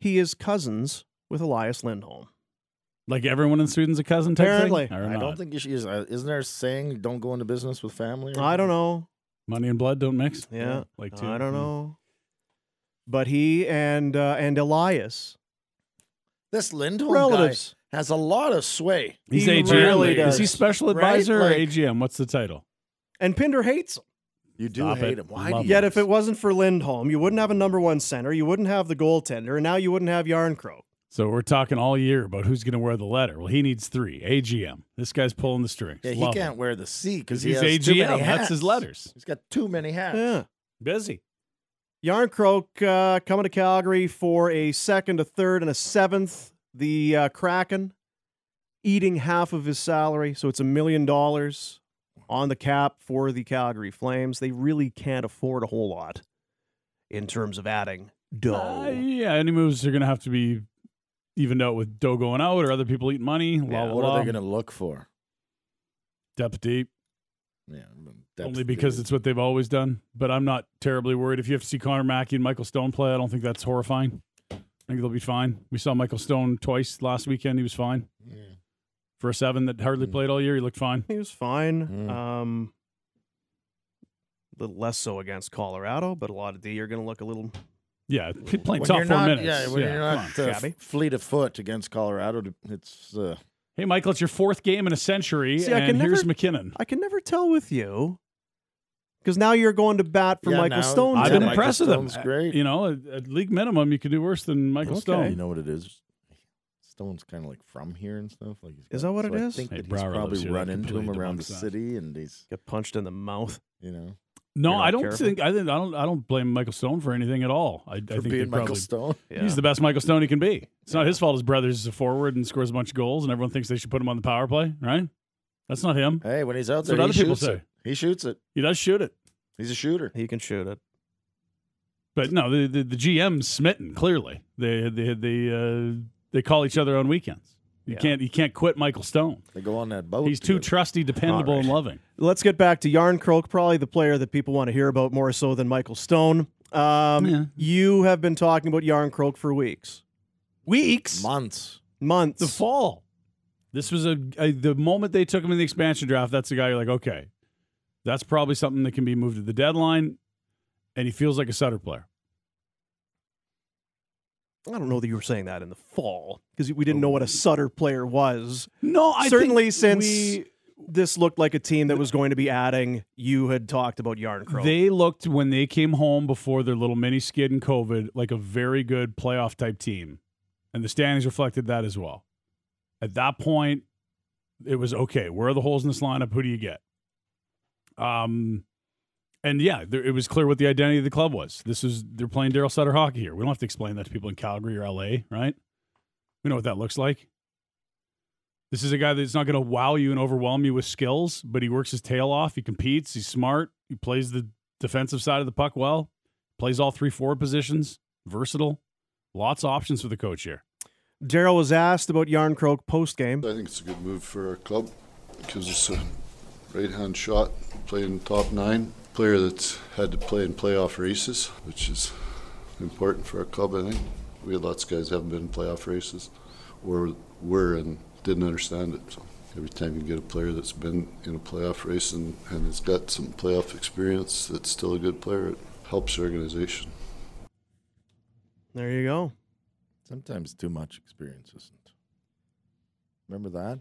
Speaker 2: He is cousins with Elias Lindholm.
Speaker 3: Like everyone in Sweden's a cousin type
Speaker 2: Apparently.
Speaker 3: thing? Or
Speaker 5: I
Speaker 3: not?
Speaker 5: don't think you should use. uh, Isn't there a saying? Don't go into business with family. or
Speaker 2: I don't know.
Speaker 3: Money and blood don't mix?
Speaker 2: Yeah.
Speaker 3: Like two. Hmm.
Speaker 2: I don't know. But he and uh, and Elias
Speaker 5: This Lindholm
Speaker 2: relatives.
Speaker 5: guy has a lot of sway.
Speaker 3: He's
Speaker 2: He
Speaker 3: AGM.
Speaker 2: really
Speaker 3: Is he
Speaker 2: does.
Speaker 3: special
Speaker 5: Right?
Speaker 3: advisor
Speaker 5: Like-
Speaker 3: or AGM? What's the title?
Speaker 2: And Pinder hates him.
Speaker 5: You do
Speaker 3: Stop
Speaker 5: hate
Speaker 3: it.
Speaker 5: him. Why
Speaker 3: Love
Speaker 5: do you?
Speaker 2: Yet if it wasn't for Lindholm, you wouldn't have a number one center, you wouldn't have the goaltender, and now you wouldn't have Yarncroak. So
Speaker 3: So we're talking all year about who's going to wear the letter. Well, he needs three. AGM. This guy's pulling the strings.
Speaker 5: Yeah, he
Speaker 3: Love him.
Speaker 5: can't wear the C because he
Speaker 3: He's
Speaker 5: has too many
Speaker 3: AGM. That's
Speaker 5: hats.
Speaker 3: his letters.
Speaker 5: He's got too many hats.
Speaker 2: Yeah.
Speaker 3: Busy.
Speaker 2: Yarncroak uh, coming to Calgary for a second, a third, and a seventh. The uh, Kraken eating half of his salary, so it's a million dollars on the cap for the Calgary Flames. They really can't afford a whole lot in terms of adding
Speaker 3: Uh,
Speaker 2: dough.
Speaker 3: yeah, any moves are going to have to be evened out with Doe going out or other people eating money. La, la,
Speaker 5: What are
Speaker 3: la.
Speaker 5: they going to look for?
Speaker 3: Depth deep.
Speaker 5: Yeah, that's
Speaker 3: only because
Speaker 5: the-
Speaker 3: it's what they've always done. But I'm not terribly worried. If you have to see Connor Mackey and Michael Stone play, I don't think that's horrifying. I think they'll be fine. We saw Michael Stone twice last weekend. He was fine for a seven that hardly
Speaker 5: Mm.
Speaker 3: played all year. He looked fine.
Speaker 2: He was fine.
Speaker 5: Mm.
Speaker 2: Um, a little less so against Colorado, but a lot of D are going to look a little.
Speaker 3: Yeah, he playing
Speaker 5: When
Speaker 3: top
Speaker 5: you're
Speaker 3: four
Speaker 5: not-
Speaker 3: minutes.
Speaker 5: Yeah, when you're
Speaker 3: come on.
Speaker 5: not uh,
Speaker 2: Shabby.
Speaker 5: fleet of foot against Colorado, it's uh,
Speaker 3: Hey, Michael, it's your fourth game in a century,
Speaker 2: See, I
Speaker 3: and
Speaker 2: can
Speaker 3: here's
Speaker 2: never-
Speaker 3: McKinnon.
Speaker 2: I can never tell with you because now you're going to bat for
Speaker 5: Yeah,
Speaker 2: Michael
Speaker 5: now-
Speaker 2: Stone.
Speaker 3: I've
Speaker 5: Yeah,
Speaker 3: been
Speaker 2: tonight.
Speaker 5: Michael
Speaker 3: impressed with him.
Speaker 5: Stone's great.
Speaker 3: You know, at, at league minimum, you could do worse than Michael
Speaker 2: Okay.
Speaker 5: You
Speaker 3: Stone.
Speaker 5: know what it is? Stone's kind of like from here and stuff. Like, he's
Speaker 2: Is
Speaker 5: got-
Speaker 2: that what
Speaker 5: so
Speaker 2: it
Speaker 5: I
Speaker 2: is?
Speaker 5: think
Speaker 3: Hey,
Speaker 5: that he's
Speaker 3: Brower lives
Speaker 5: probably
Speaker 3: here. That
Speaker 5: run into him
Speaker 3: completely
Speaker 5: around the
Speaker 3: debunks that.
Speaker 5: city, and he's
Speaker 2: Get punched in the mouth.
Speaker 5: you know
Speaker 3: No,
Speaker 2: You're not
Speaker 3: I don't
Speaker 2: careful.
Speaker 3: think I think I don't I don't blame Michael Stone for anything at all. I, I
Speaker 5: for
Speaker 3: think they
Speaker 5: being Michael
Speaker 3: probably
Speaker 5: Stone.
Speaker 2: Yeah.
Speaker 3: He's the best Michael Stone he can be. It's not his fault his brother's a forward and scores a bunch of goals and everyone thinks they should put him on the power play, right? That's not him.
Speaker 5: Hey, when he's out
Speaker 3: That's what
Speaker 5: there,
Speaker 3: other
Speaker 5: he
Speaker 3: people
Speaker 5: shoots
Speaker 3: say.
Speaker 5: it. He shoots it.
Speaker 3: He does shoot it.
Speaker 5: He's a shooter.
Speaker 2: he can shoot it.
Speaker 3: But no, the the, the GM's smitten, clearly. They they they uh, they call each other on weekends. You
Speaker 2: Yeah.
Speaker 3: can't you can't quit Michael Stone.
Speaker 5: They go on that boat.
Speaker 3: He's too
Speaker 5: together.
Speaker 3: trusty, dependable,
Speaker 2: All right.
Speaker 3: and loving.
Speaker 2: Let's get back to Yarncroak, probably the player that people want to hear about more so than Michael Stone. Um,
Speaker 3: Yeah.
Speaker 2: You have been talking about Yarncroak for weeks,
Speaker 3: Weeks
Speaker 5: months.
Speaker 2: months.
Speaker 3: the fall. This was a, a the moment they took him in the expansion draft. That's the guy you're like, okay, that's probably something that can be moved to the deadline, and he feels like a Sutter player.
Speaker 2: I don't know that you were saying that in the fall because we didn't know what a Sutter player was.
Speaker 3: No, Oh. I
Speaker 2: Certainly, since this looked like a team that was going to be adding, you had talked about Yarncroak.
Speaker 3: They looked when they came home before their little mini skid and COVID like a very good playoff type team. And the standings reflected that as well. At that point, it was okay, where are the holes in this lineup? Who do you get? Um and yeah, there, it was clear what the identity of the club was. This is they're playing Daryl Sutter hockey here. We don't have to explain that to people in Calgary or LA, right? We know what that looks like. This is a guy that's not going to wow you and overwhelm you with skills, but he works his tail off. He competes. He's smart. He plays the defensive side of the puck well. Plays all three forward positions. Versatile. Lots of options for the coach here.
Speaker 2: Daryl was asked about Yarncroak post game.
Speaker 6: I think it's a good move for our club because it's a right hand shot, playing top nine, player that's had to play in playoff races, which is important for our club, I think. We had lots of guys that haven't been in playoff races or were and didn't understand it. So every time you get a player that's been in a playoff race and, and has got some playoff experience that's still a good player, it helps the organization.
Speaker 2: There you go.
Speaker 5: Sometimes too much experience isn't. Remember that?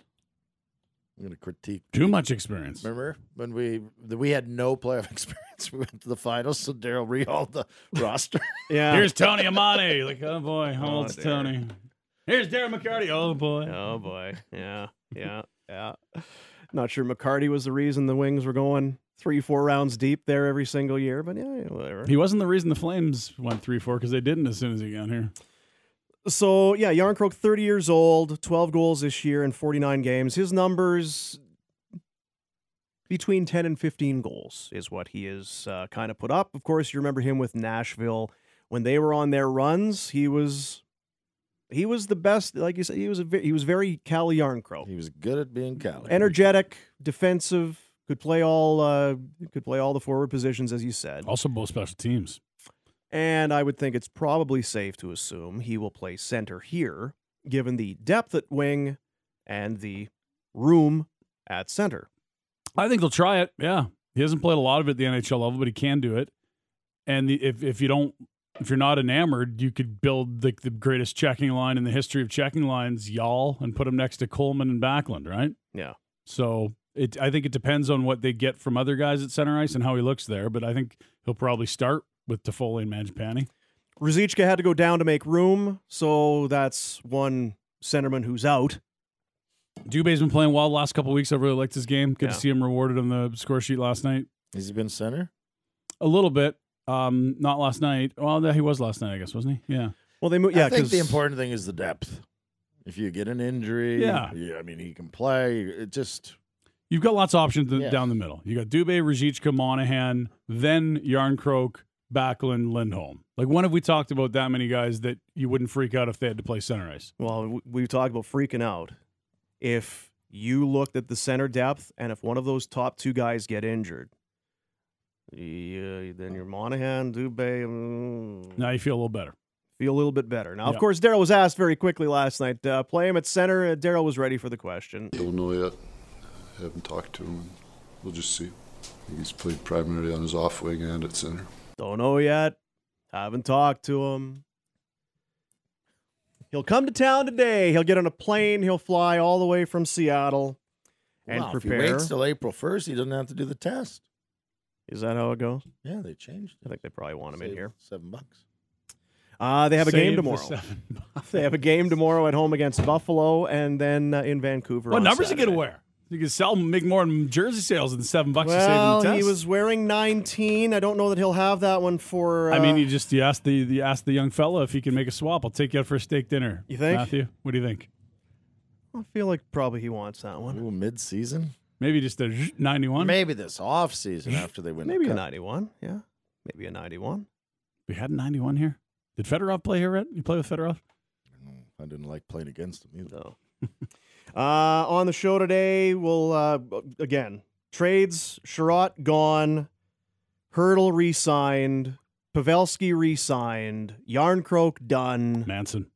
Speaker 5: I'm going to critique.
Speaker 3: Too much experience.
Speaker 5: Remember when we the, we had no playoff experience? We went to the finals, so Daryl rehauled the roster.
Speaker 2: Yeah.
Speaker 3: Here's Tony Amani. Like, oh boy, how old's Tony? Here's Darren McCarty. Oh boy.
Speaker 2: oh boy. Yeah. Yeah. Yeah. Not sure McCarty was the reason the Wings were going three, four rounds deep there every single year, but yeah, whatever.
Speaker 3: He wasn't the reason the Flames went 3 4 because they didn't as soon as he got here.
Speaker 2: So yeah, Yarncroke, 30 years old, 12 goals this year in 49 games. His numbers between 10 and 15 goals is what he is uh, kind of put up. Of course, you remember him with Nashville when they were on their runs. He was he was the best. Like you said, he was a, ve- he was very Cali Yarncroke,
Speaker 5: he was good at being Cali.
Speaker 2: energetic, defensive, could play all uh, could play all the forward positions as you said.
Speaker 3: Also, both special teams.
Speaker 2: And I would think it's probably safe to assume he will play center here, given the depth at wing and the room at center.
Speaker 3: I think he'll try it. Yeah. He hasn't played a lot of it at the NHL level, but he can do it. And the, if, if you don't, if you're not enamored, you could build the, the greatest checking line in the history of checking lines, y'all, and put him next to Coleman and Backlund, right?
Speaker 2: Yeah.
Speaker 3: So it, I think it depends on what they get from other guys at center ice and how he looks there. But I think he'll probably start with Toffoli and Mangiapane.
Speaker 2: Ruzicka had to go down to make room, so that's one centerman who's out.
Speaker 3: Dubé's been playing well the last couple weeks. I really liked his game. Good
Speaker 2: Yeah.
Speaker 3: to see him rewarded on the score sheet last night.
Speaker 5: Has he been center?
Speaker 3: A little bit. Um, not last night. Well, no, he was last night, I guess, wasn't he? Yeah.
Speaker 2: Well, they moved. Yeah,
Speaker 5: I think the
Speaker 2: 'cause-
Speaker 5: important thing is the depth. If you get an injury,
Speaker 3: Yeah.
Speaker 5: I mean, he can play. It just
Speaker 3: You've got lots of options th-
Speaker 5: Yeah.
Speaker 3: down the middle. You got Dubé, Rajicka, Monahan, then Yarncroke, Backlund, Lindholm. Like, when have we talked about that many guys that you wouldn't freak out if they had to play center ice?
Speaker 2: Well, w- we've talked about freaking out. If you looked at the center depth, and if one of those top two guys get injured, yeah, then you're Monahan, Dubé. mm,
Speaker 3: Now you feel a little better.
Speaker 2: feel a little bit better. Now, of
Speaker 3: Yeah.
Speaker 2: course, Daryl was asked very quickly last night, uh, play him at center. Uh, Daryl was ready for the question.
Speaker 6: Don't know yet. Haven't talked to him. We'll just see. I think he's played primarily on his off wing and at center.
Speaker 2: Don't know yet. Haven't talked to him. He'll come to town today. He'll get on a plane. He'll fly all the way from Seattle and
Speaker 5: Wow,
Speaker 2: prepare.
Speaker 5: If he waits till April first, he doesn't have to do the test.
Speaker 2: Is that how it goes?
Speaker 5: Yeah, they changed.
Speaker 2: I
Speaker 5: it.
Speaker 2: think they probably want him in
Speaker 5: Save
Speaker 2: here.
Speaker 5: Seven bucks.
Speaker 2: Uh, they have a game
Speaker 3: Save the
Speaker 2: tomorrow.
Speaker 3: seven bucks.
Speaker 2: They have a game tomorrow at home against Buffalo and then uh, in Vancouver.
Speaker 3: What
Speaker 2: on
Speaker 3: numbers you
Speaker 2: Saturday.
Speaker 3: gonna wear? You can sell, make more in jersey sales than seven bucks
Speaker 2: Well,
Speaker 3: you save in the
Speaker 2: he
Speaker 3: test.
Speaker 2: was wearing 19. I don't know that he'll have that one for. Uh,
Speaker 3: I mean, you just you asked the you asked the young fella if he can make a swap. I'll take you out for a steak dinner.
Speaker 2: You think?
Speaker 3: Matthew? What do you think?
Speaker 2: I feel like probably he wants that one.
Speaker 5: Ooh, mid season.
Speaker 3: Maybe just a ninety-one.
Speaker 5: Maybe this off season after they win.
Speaker 2: Maybe
Speaker 5: the
Speaker 2: a
Speaker 5: cup.
Speaker 2: 91. Yeah. Maybe a 91.
Speaker 3: We had a ninety-one here. Did Fedorov play here? Red? You play with Fedorov?
Speaker 5: I didn't like playing against them either.
Speaker 2: No. uh, on the show today, we'll, uh, again, trades, Sherratt gone, Hurdle re signed, Pavelski re signed, Yarncroke done,
Speaker 3: Manson.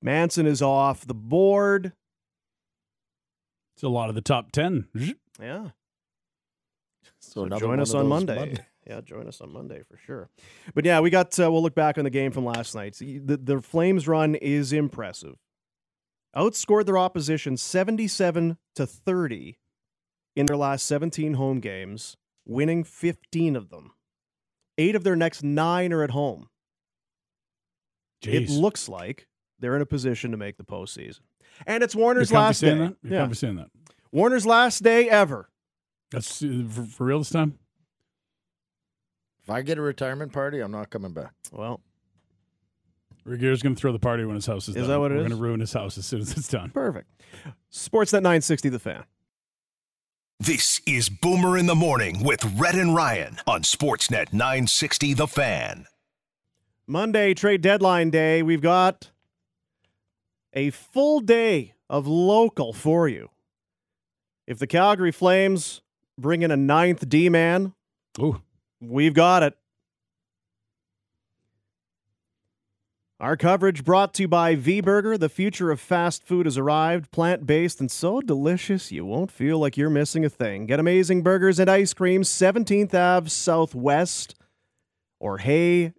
Speaker 2: Manson is off the board.
Speaker 3: It's a lot of the top ten.
Speaker 2: Yeah.
Speaker 5: So, another
Speaker 2: join
Speaker 5: one
Speaker 2: us
Speaker 5: of
Speaker 2: on
Speaker 5: those
Speaker 2: Monday. Yeah, join us on Monday for sure. But yeah, we got. Uh, we'll look back on the game from last night. The the Flames run is impressive. Outscored their opposition seventy-seven to thirty in their last seventeen home games, winning fifteen of them. Eight of their next nine are at home. It
Speaker 3: Jeez.
Speaker 2: looks like they're in a position to make the postseason. And it's Warner's
Speaker 3: You're comfy
Speaker 2: last
Speaker 3: saying
Speaker 2: day.
Speaker 3: That? You're
Speaker 2: Yeah.
Speaker 3: comfy saying that.
Speaker 2: Warner's last day ever.
Speaker 3: That's uh, for, for real this time.
Speaker 5: If I get a retirement party, I'm not coming back.
Speaker 2: Well,
Speaker 3: Regeer's gonna throw the party when his house is.
Speaker 2: Is
Speaker 3: done.
Speaker 2: that what it
Speaker 3: We're
Speaker 2: is?
Speaker 3: Gonna ruin his house as soon as it's done.
Speaker 2: perfect. Sportsnet 960 the fan.
Speaker 1: This is Boomer in the Morning with Red and Ryan on Sportsnet 960 The Fan.
Speaker 2: Monday, trade deadline day. We've got a full day of local for you. If the Calgary Flames bring in a ninth D man,
Speaker 3: Ooh.
Speaker 2: we've got it. Our coverage brought to you by V Burger. The future of fast food has arrived, plant based and so delicious you won't feel like you're missing a thing. Get amazing burgers and ice cream, 17th Ave Southwest, or hey,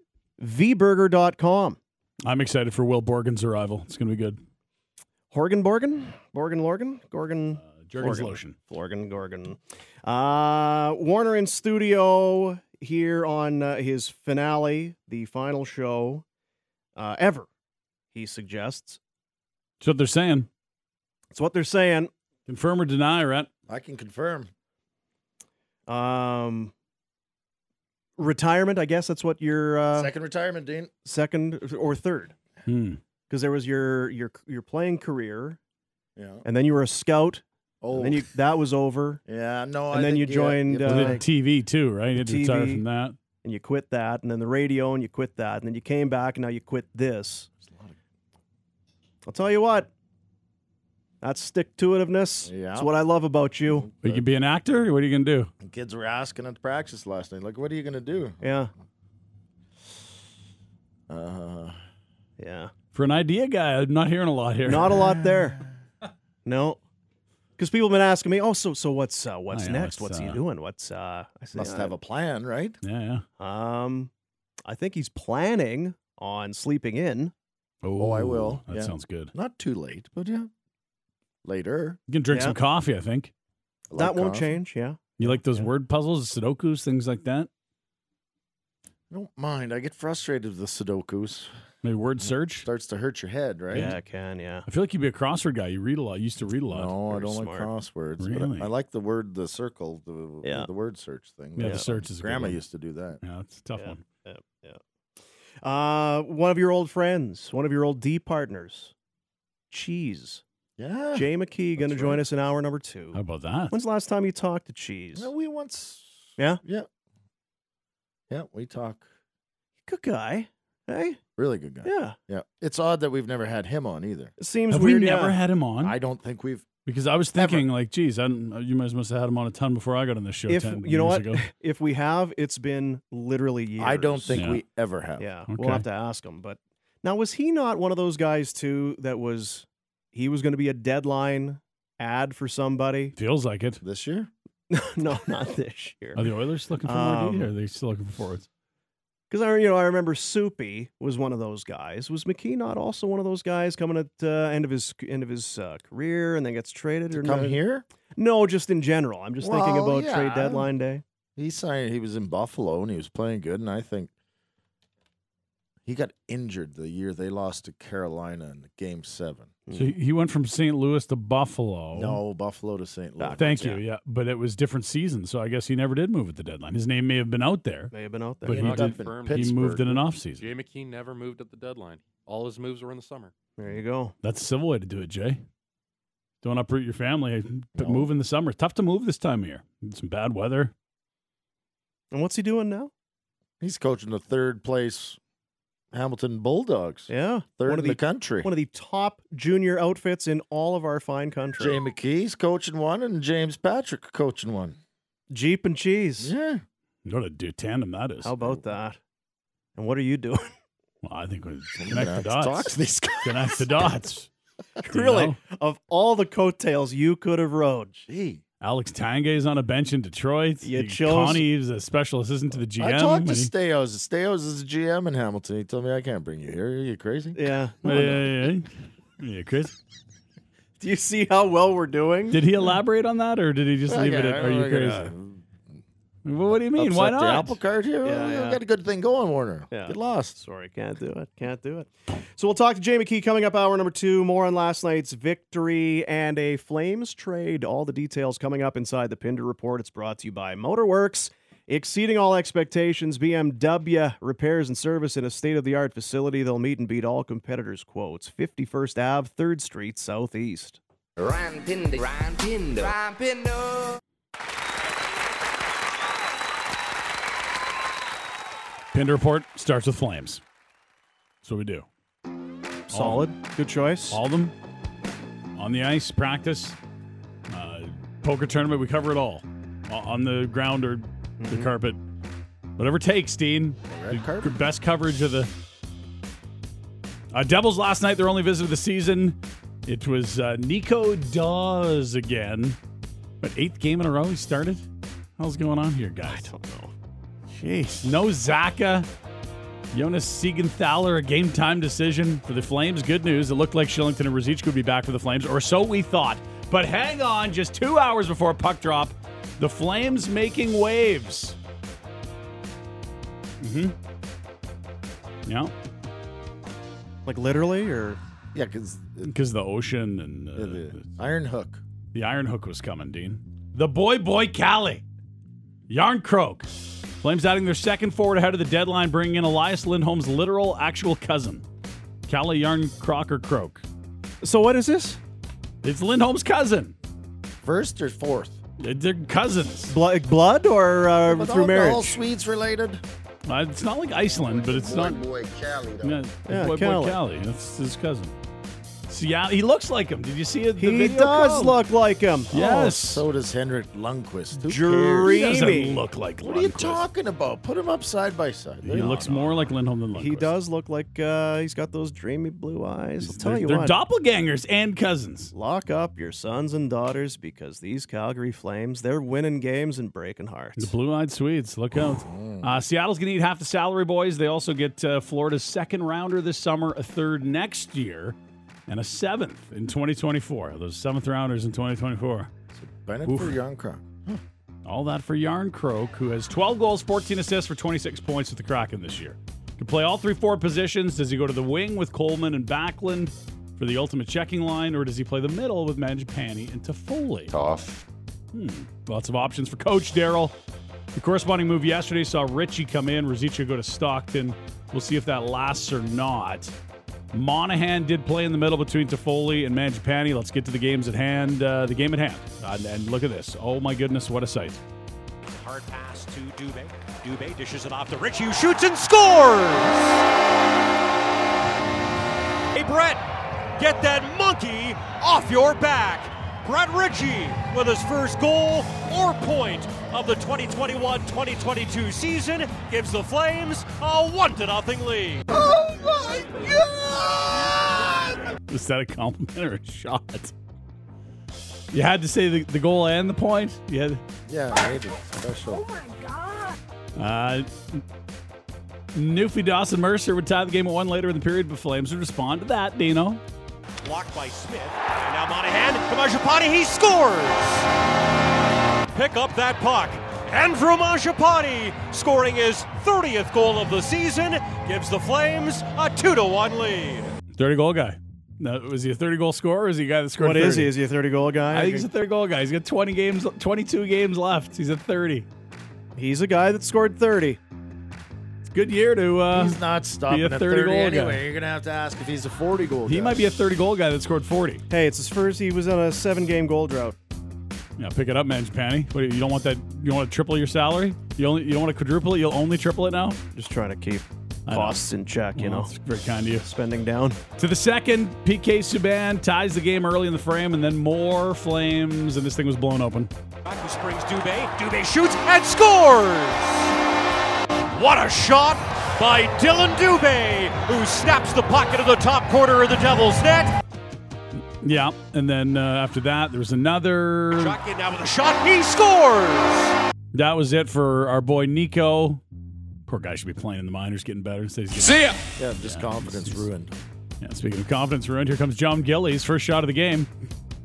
Speaker 2: vburger.com.
Speaker 3: I'm excited for Will Borgen's arrival. It's gonna be good.
Speaker 2: Horgan Borgen? Borgen Lorgan? Gorgon?
Speaker 3: Uh, Jergens lotion.
Speaker 2: Florgan Gorgon. Uh, Warner in studio here on uh, his finale, the final show uh, ever, he suggests.
Speaker 3: That's what they're saying.
Speaker 2: It's what they're saying.
Speaker 3: Confirm or deny, right?
Speaker 5: I can confirm.
Speaker 2: Um, retirement, I guess that's what your uh,
Speaker 5: Second retirement, Dean.
Speaker 2: second or third,
Speaker 3: Hmm.
Speaker 2: because there was your your your playing career,
Speaker 5: Yeah.
Speaker 2: and then you were a scout,
Speaker 5: Oh,
Speaker 2: and then you that was over,
Speaker 5: yeah. No, I
Speaker 2: and then
Speaker 5: think
Speaker 2: you joined,
Speaker 5: Yeah,
Speaker 2: uh,
Speaker 3: But
Speaker 5: yeah,
Speaker 3: then TV too, right? You had to retire
Speaker 2: TV.
Speaker 3: from that.
Speaker 2: and you quit that, and then the radio, and you quit that, and then you came back, and now you quit this. I'll tell you what, that's stick to itiveness.
Speaker 5: Yeah.
Speaker 2: That's what I love about you.
Speaker 3: But you can be an actor. What are you going to do?
Speaker 5: the kids were asking at practice last night, like, what are you gonna do?
Speaker 2: Yeah,
Speaker 5: Uh,
Speaker 2: yeah.
Speaker 3: For an idea guy, I'm not hearing a lot here.
Speaker 2: Not a lot there. No. Because people have been asking me, oh, so so what's uh, what's
Speaker 3: yeah,
Speaker 2: next?
Speaker 3: what's,
Speaker 2: What's he
Speaker 3: uh,
Speaker 2: doing? What's uh? I said,
Speaker 5: must have a plan, right?
Speaker 3: Yeah, yeah.
Speaker 2: Um, I think he's planning on sleeping in.
Speaker 5: Oh, I will.
Speaker 3: That
Speaker 5: Yeah.
Speaker 3: sounds good.
Speaker 5: Not too late, but yeah, later.
Speaker 3: You can drink
Speaker 2: Yeah.
Speaker 3: some coffee, I think.
Speaker 5: I
Speaker 2: that
Speaker 5: like
Speaker 2: won't
Speaker 5: coffee.
Speaker 2: change. Yeah.
Speaker 3: You like those
Speaker 5: Yeah.
Speaker 3: word puzzles, Sudokus, things like that?
Speaker 5: I don't mind. I get frustrated with the Sudokus.
Speaker 3: Maybe word search?
Speaker 5: Starts to hurt your head, right?
Speaker 2: Yeah, I can. Yeah.
Speaker 3: I feel like you'd be a crossword guy. You read a lot. You used to read a lot.
Speaker 5: No, I
Speaker 2: Very
Speaker 5: don't
Speaker 2: smart.
Speaker 5: like crosswords. but I-
Speaker 3: Really?
Speaker 5: I, like the word, the circle, the
Speaker 2: Yeah.
Speaker 5: the word search thing.
Speaker 3: Yeah, the search is a good
Speaker 5: Grandma
Speaker 3: one.
Speaker 5: used to do that.
Speaker 3: Yeah, that's a tough
Speaker 2: Yeah.
Speaker 3: one.
Speaker 2: Yeah. yeah. Uh, one of your old friends, one of your old D partners, Cheese.
Speaker 5: Yeah.
Speaker 2: Jay McKee going to
Speaker 5: Ah, that's
Speaker 2: join
Speaker 5: right.
Speaker 2: us in hour number two.
Speaker 3: How about that?
Speaker 2: When's the last time you talked to Cheese?
Speaker 5: No, we once.
Speaker 2: Yeah?
Speaker 5: Yeah. Yeah, we talk.
Speaker 2: Good guy. Hey.
Speaker 5: Really good guy.
Speaker 2: Yeah.
Speaker 5: Yeah. It's odd that we've never had him on either.
Speaker 2: It seems
Speaker 3: Have
Speaker 2: weird.
Speaker 3: we never
Speaker 2: yeah.
Speaker 3: had him on?
Speaker 5: I don't think we've.
Speaker 3: because I was
Speaker 5: Ever.
Speaker 3: thinking, like, geez, I don't, you guys must have had him on a ton before I got on this show.
Speaker 2: If
Speaker 3: 10
Speaker 2: you know
Speaker 3: years
Speaker 2: what,
Speaker 3: ago.
Speaker 2: if we have, it's been literally years.
Speaker 5: I don't think
Speaker 3: Yeah.
Speaker 5: we ever have.
Speaker 2: Yeah,
Speaker 3: Okay.
Speaker 2: we'll have to ask him. But now, was he not one of those guys too that was he was going to be a deadline ad for somebody?
Speaker 3: Feels like it.
Speaker 5: This year?
Speaker 2: no, not this year.
Speaker 3: Are the Oilers looking for more D,
Speaker 2: Um,
Speaker 3: or are they still looking for forwards?
Speaker 2: Because I, you know, I remember Soupy was one of those guys. Was McKee not also one of those guys coming at uh, end of his end of his uh, career and then gets traded?
Speaker 5: To
Speaker 2: or
Speaker 5: come
Speaker 2: no?
Speaker 5: here?
Speaker 2: No, just in general. I'm just thinking
Speaker 5: Well,
Speaker 2: about trade
Speaker 5: yeah.
Speaker 2: deadline day.
Speaker 5: He signed. He was in Buffalo and he was playing good, and I think he got injured the year they lost to Carolina in Game Seven.
Speaker 2: Hmm.
Speaker 3: So he- he went from St. Louis
Speaker 2: Oh.
Speaker 3: to Buffalo.
Speaker 5: No, Buffalo to St. Louis.
Speaker 3: Thank you. Yeah, but it was different seasons, so I guess he never did move at the deadline. His name may have been out there.
Speaker 2: May have been out there.
Speaker 3: But
Speaker 5: He
Speaker 3: he
Speaker 5: ended
Speaker 3: did-
Speaker 5: up in
Speaker 4: confirmed.
Speaker 3: He
Speaker 5: Pittsburgh.
Speaker 3: moved in an offseason.
Speaker 4: Jay McKean never moved at the deadline. All his moves were in the summer.
Speaker 2: there you go.
Speaker 3: That's a civil way to do it, Jay. Don't uproot your family. But
Speaker 5: No.
Speaker 3: Move in the summer. Tough to move this time of year. It's some bad weather.
Speaker 2: And what's he doing now?
Speaker 5: He's coaching the third place Hamilton Bulldogs,
Speaker 2: Yeah,
Speaker 5: third
Speaker 2: one of
Speaker 5: in the country.
Speaker 2: one of the top junior outfits in all of our fine country.
Speaker 5: Jay McKee's coaching one, and James Patrick coaching one.
Speaker 2: Jeep and cheese.
Speaker 5: Yeah,
Speaker 3: What a do tandem that is.
Speaker 2: How about that? And what are you doing?
Speaker 3: Well, I think we
Speaker 5: Gonna
Speaker 3: connect the
Speaker 5: have to Talk to
Speaker 3: dots.
Speaker 5: these guys.
Speaker 3: Connect the dots. Do you
Speaker 2: really,
Speaker 3: know?
Speaker 2: of all the coattails you could have rode,
Speaker 5: Gee,
Speaker 3: Alex Tangay's on a bench in Detroit.
Speaker 2: You
Speaker 3: The-
Speaker 2: chose-
Speaker 3: Connie is a special assistant to the GM.
Speaker 5: I talked to
Speaker 3: and he-
Speaker 5: Steos. Steos is a GM in Hamilton. He told me I can't bring you here. Are you crazy?
Speaker 2: yeah.
Speaker 3: Yeah, yeah, yeah. yeah, Chris.
Speaker 2: Do you see how well we're doing?
Speaker 3: Did he elaborate on that, or did he just leave it at?
Speaker 5: Okay,
Speaker 3: Are you
Speaker 5: we're
Speaker 3: crazy?
Speaker 5: gonna
Speaker 3: Well, what do you mean? Why
Speaker 5: upset the
Speaker 3: not?
Speaker 5: apple cart here.
Speaker 2: Yeah,
Speaker 5: we
Speaker 2: yeah.
Speaker 5: got a good thing going, Warner.
Speaker 2: Yeah.
Speaker 5: Get lost.
Speaker 2: Sorry, can't do it. Can't do it. So we'll talk to Jay McKee coming up hour number two. More on last night's victory and a Flames trade. All the details coming up inside the Pinder Report. It's brought to you by Motorworks. Exceeding all expectations, BMW repairs and service in a state of the art facility. They'll meet and beat all competitors' quotes. 51st Ave, 3rd Street, Southeast.
Speaker 9: Ryan Pinder. Ryan Pinder. Ryan Pinder.
Speaker 3: Pinder report starts with flames. That's what we do.
Speaker 2: Solid. Good choice.
Speaker 3: All of them on the ice, practice, uh, poker tournament. We cover it all O- on the ground or the
Speaker 2: Mm-hmm.
Speaker 3: carpet, whatever it takes. Dean,
Speaker 5: Red
Speaker 3: The
Speaker 5: carpet.
Speaker 3: best coverage of the uh, Devils last night. Their only visit of the season. It was uh, Nico Dawes again. But eighth game in a row he started. How's going on here, guys?
Speaker 2: I don't know.
Speaker 3: Jeez. No Zaka. Jonas Siegenthaler, a game time decision for the Flames. Good news. It looked like Shillington and Rozicka would be back for the Flames, or so we thought. But hang on, just two hours before puck drop, the Flames making waves. Mm-hmm. Yeah,
Speaker 2: Like literally, or
Speaker 5: Yeah, because
Speaker 3: because the ocean and uh,
Speaker 5: the Iron Hook.
Speaker 3: The Iron Hook was coming, Dean. The boy, boy, Cali. Yarn Croak. Flames adding their second forward ahead of the deadline, bringing in Elias Lindholm's literal, actual cousin. Cali Yarn Croc or Croak.
Speaker 2: so. What is this?
Speaker 3: It's Lindholm's cousin.
Speaker 5: First or fourth?
Speaker 3: They're cousins.
Speaker 2: Blo- blood or uh,
Speaker 5: But
Speaker 2: through
Speaker 5: aren't
Speaker 2: marriage?
Speaker 5: All Swedes related.
Speaker 3: Uh, it's not like Iceland, but it's
Speaker 7: boy,
Speaker 3: not.
Speaker 7: boy, Cali though.
Speaker 3: Yeah,
Speaker 2: Yeah,
Speaker 3: boy,
Speaker 2: Cali.
Speaker 3: boy, Cali. That's his cousin. See, yeah, he looks like him. Did you see it? the
Speaker 2: he
Speaker 3: video
Speaker 2: does
Speaker 3: call?
Speaker 2: look like him.
Speaker 5: Oh,
Speaker 3: Yes.
Speaker 5: so does Henrik Lundqvist. Who
Speaker 2: Dreamy.
Speaker 3: he
Speaker 5: cares?
Speaker 3: doesn't look like.
Speaker 5: What are you
Speaker 3: Lundqvist.
Speaker 5: talking about? Put him up side by side.
Speaker 3: He looks more like Lindholm than Lundqvist.
Speaker 2: He does look like uh, he's got those dreamy blue eyes. I'll tell
Speaker 3: they're,
Speaker 2: you
Speaker 3: they're
Speaker 2: what.
Speaker 3: doppelgangers and cousins.
Speaker 2: Lock up your sons and daughters because these Calgary Flames, they're winning games and breaking
Speaker 3: The
Speaker 2: hearts.
Speaker 3: blue-eyed Swedes, look out! Uh, Seattle's going to eat half the salary, boys. They also get uh, Florida's second rounder this summer, a third next year, and a seventh in 2024. Those seventh rounders in 2024.
Speaker 5: Bennett
Speaker 3: Oof.
Speaker 5: for Yarncroc.
Speaker 3: All that for Yarn Croak, who has 12 goals, 14 assists for 26 points with the Kraken this year. Can play all three forward positions. Does he go to the wing with Coleman and Backlund for the ultimate checking line, or does he play the middle with Manjapani and Toffoli?
Speaker 6: Off.
Speaker 3: Lots of options for Coach Daryl. The corresponding move yesterday saw Richie come in, Rosica go to Stockton. We'll see if that lasts or not. Monahan did play in the middle between Toffoli and Manjapani. Let's get to the games at hand. Uh, the game at hand. Uh, and- and look at this. Oh my goodness, what a sight.
Speaker 10: Hard pass to Dubé. Dubé dishes it off to Richie, who shoots and scores. Hey, Brett, get that monkey off your back. Brett Ritchie with his first goal or point of the 2021-2022 season gives the Flames a one to nothing lead.
Speaker 3: Is that a compliment or a shot? You had to say the, the goal and the point? You had.
Speaker 5: Yeah, maybe. Special.
Speaker 3: Uh, Newfie Dawson Mercer would tie the game at one later in the period, but Flames would respond to that, Dino.
Speaker 10: Blocked by Smith. And now Monahan to Mangiapane. He scores. Pick up that puck. Andrew Mangiapane scoring his 30th goal of the season gives the Flames a 2 to 1 lead.
Speaker 3: 30 goal guy. Now, was he a 30 goal scorer or is he a guy that scored
Speaker 2: What is
Speaker 3: 30?
Speaker 2: he? Is he a 30 goal guy?
Speaker 3: I think he's a 30 goal guy. He's got 20 games, 22 games left. He's at 30.
Speaker 2: He's a guy that scored 30.
Speaker 3: It's a good year to. Uh,
Speaker 5: He's not stopping
Speaker 3: a
Speaker 5: at
Speaker 3: 30 goal
Speaker 5: anyway.
Speaker 3: guy.
Speaker 5: You're gonna have to ask if he's a 40 goal.
Speaker 3: he
Speaker 5: guy.
Speaker 3: might be a 30 goal guy that scored 40.
Speaker 2: Hey, it's his first. He was on a seven game goal drought.
Speaker 3: Yeah, pick it up, man, Panny. What, you don't want that? You want to triple your salary? You only you don't want to quadruple it? You'll only triple it now?
Speaker 2: Just trying to keep
Speaker 3: know.
Speaker 2: costs in check, you
Speaker 3: Well,
Speaker 2: know,
Speaker 3: that's very kind of you.
Speaker 2: spending down.
Speaker 3: To the second, PK Subban ties the game early in the frame, and then more flames, and this thing was blown open.
Speaker 10: Who springs Dubé. Dubé shoots and scores. What a shot by Dylan Dubé, who snaps the puck into the top corner of the Devil's net.
Speaker 3: Yeah, and then uh, after that, there was another.
Speaker 10: Shotkin now with a shot. He scores.
Speaker 3: That was it for our boy Nico. Poor guy should be playing in the minors, getting better. Instead, he's getting,
Speaker 5: Yeah, just confidence ruined.
Speaker 3: yeah, speaking of confidence ruined, here comes John Gillies, first shot of the game.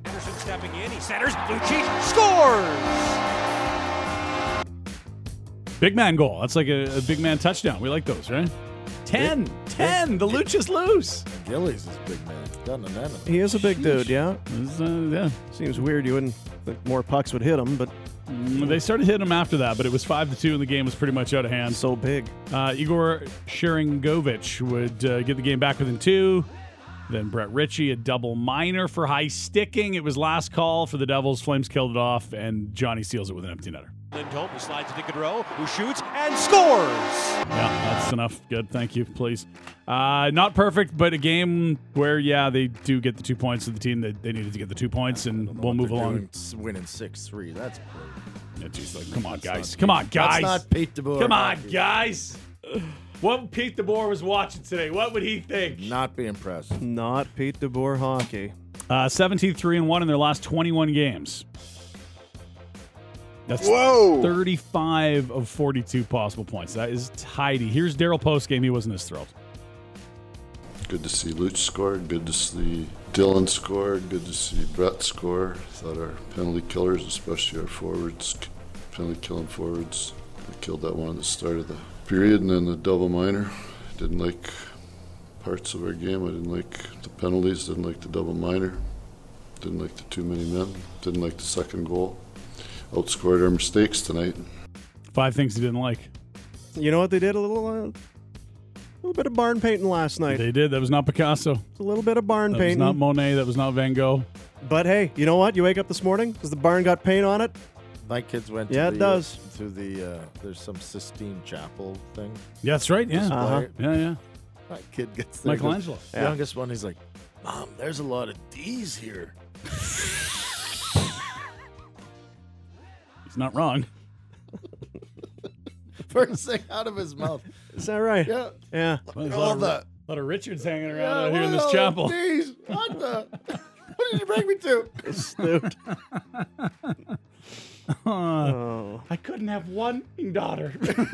Speaker 10: Anderson stepping in, he centers, Lucic scores!
Speaker 3: Big man goal. That's like a, a big man touchdown. We like those, right? 10, 10. The Lucha's loose.
Speaker 5: Gillies is big man. Got an enema.
Speaker 2: He is a big dude, yeah.
Speaker 3: This is, uh, yeah.
Speaker 2: Seems weird. You wouldn't think more pucks would hit him, but
Speaker 3: Mm, They started hitting him after that, but it was 5 to 2, and the game was pretty much out of hand.
Speaker 2: so big.
Speaker 3: Uh, Igor Sheringovich would uh, get the game back within two. Then Brett Ritchie, a double minor for high sticking. It was last call for the Devils. Flames killed it off, and Johnny seals it with an empty netter.
Speaker 10: Lindholm, who slides to Gaudreau, who shoots and scores!
Speaker 3: Yeah, that's enough. Good. Thank you, please. Uh, not perfect, but a game where, yeah, they do get the two points of the team that they needed to get the two points, and we'll move
Speaker 5: They're
Speaker 3: along.
Speaker 5: doing s- winning six three. That's pretty.
Speaker 3: Yeah, geez, like, come on, guys. Come on, guys.
Speaker 5: That's not Pete DeBoer.
Speaker 3: Come on,
Speaker 5: hockey.
Speaker 3: guys. What Pete DeBoer was watching today? What would he think?
Speaker 5: Not be impressed.
Speaker 2: Not Pete DeBoer hockey.
Speaker 3: Uh, 17 3 and 1 in their last 21 games. That's 35 of 42 possible points. That is tidy. Here's Daryl postgame. He wasn't as thrilled.
Speaker 6: Good to see Luch score. Good to see Dylan score. Good to see Brett score. Thought our penalty killers, especially our forwards, k- penalty killing forwards, they killed that one at the start of the period and then the double minor. Didn't like parts of our game. I didn't like the penalties. Didn't like the double minor. Didn't like the too many men. Didn't like the second goal. Outscored our mistakes tonight.
Speaker 3: Five things he didn't like.
Speaker 2: You know what they did a little, uh, little bit of barn painting last night.
Speaker 3: They did. That was not Picasso.
Speaker 2: It's a little bit of barn
Speaker 3: That was
Speaker 2: painting.
Speaker 3: not Monet. That was not Van Gogh.
Speaker 2: but hey, you know what? You wake up this morning because the barn got paint on it.
Speaker 5: My kids went.
Speaker 2: Yeah,
Speaker 5: to
Speaker 2: it
Speaker 5: the, uh,
Speaker 2: does.
Speaker 5: to the uh, there's some Sistine Chapel thing.
Speaker 3: Yeah, that's right. Yeah.
Speaker 5: Display.
Speaker 3: Uh-huh. Yeah, yeah.
Speaker 5: My kid gets there, he goes-
Speaker 3: Michelangelo.
Speaker 5: The
Speaker 2: Yeah.
Speaker 5: youngest one, he's like, "Mom, there's a lot of D's here."
Speaker 3: He's not wrong.
Speaker 5: First thing out of his mouth.
Speaker 2: Is that right?
Speaker 5: Yeah,
Speaker 2: Yeah.
Speaker 3: There's
Speaker 5: all
Speaker 3: of,
Speaker 5: the
Speaker 3: a lot of Richards hanging around
Speaker 5: yeah,
Speaker 3: out here
Speaker 5: what
Speaker 3: in
Speaker 5: are
Speaker 3: this
Speaker 5: all
Speaker 3: chapel.
Speaker 5: the D's? What the? What did you bring me to?
Speaker 2: Snooped. oh.
Speaker 3: I couldn't have one daughter.
Speaker 5: Can't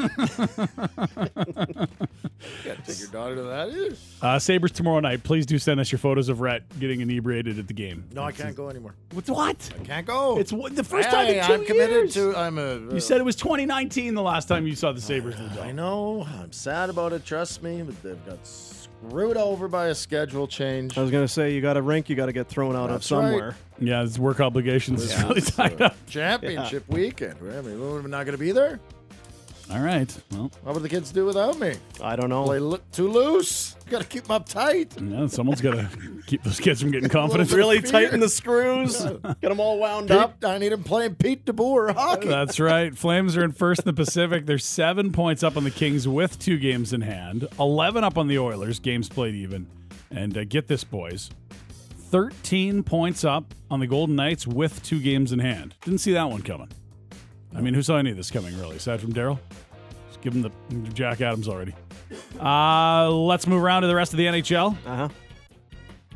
Speaker 5: take your daughter to that either.
Speaker 3: uh, Sabres tomorrow night. Please do send us your photos of Rhett getting inebriated at the game.
Speaker 5: No, I can't go anymore.
Speaker 3: What? what?
Speaker 5: Can't go.
Speaker 3: It's what- the first time in
Speaker 5: Hey,
Speaker 3: two
Speaker 5: I'm committed
Speaker 3: years.
Speaker 5: to. I'm a. uh,
Speaker 3: You said it was 2019 the last time you saw the Sabres. in the
Speaker 5: I
Speaker 3: dome.
Speaker 5: know. I'm sad about it. Trust me, but they've got screwed over by a schedule change.
Speaker 2: I
Speaker 3: Oh,
Speaker 2: was gonna say you got a rink you got to get thrown out of
Speaker 5: That's
Speaker 2: somewhere.
Speaker 5: right.
Speaker 3: Yeah, his work obligations is really tied up.
Speaker 5: Championship weekend. We're, I mean, we're not going to be there.
Speaker 3: All right. Well,
Speaker 5: What would the kids do without me?
Speaker 2: I don't
Speaker 3: Oh.
Speaker 5: Well, they
Speaker 2: know.
Speaker 5: look too loose. Got to keep them up tight.
Speaker 3: yeah, someone's got to keep those kids from getting confidence.
Speaker 5: Little
Speaker 2: Really
Speaker 5: Fear.
Speaker 2: tighten the screws. Get them all wound
Speaker 5: Pete,
Speaker 2: up.
Speaker 5: I need him playing Pete DeBoer hockey.
Speaker 3: That's right. Flames are in first in the Pacific. They're seven points up on the Kings with two games in hand, 11 up on the Oilers, games played even. And uh, get this, boys 13 points up on the Golden Knights with two games in hand. Didn't see that one coming. I mean, who saw any of this coming, really, aside from Daryl? Just give him the Jack Adams already. Uh, let's move around to the rest of the NHL.
Speaker 2: Uh huh.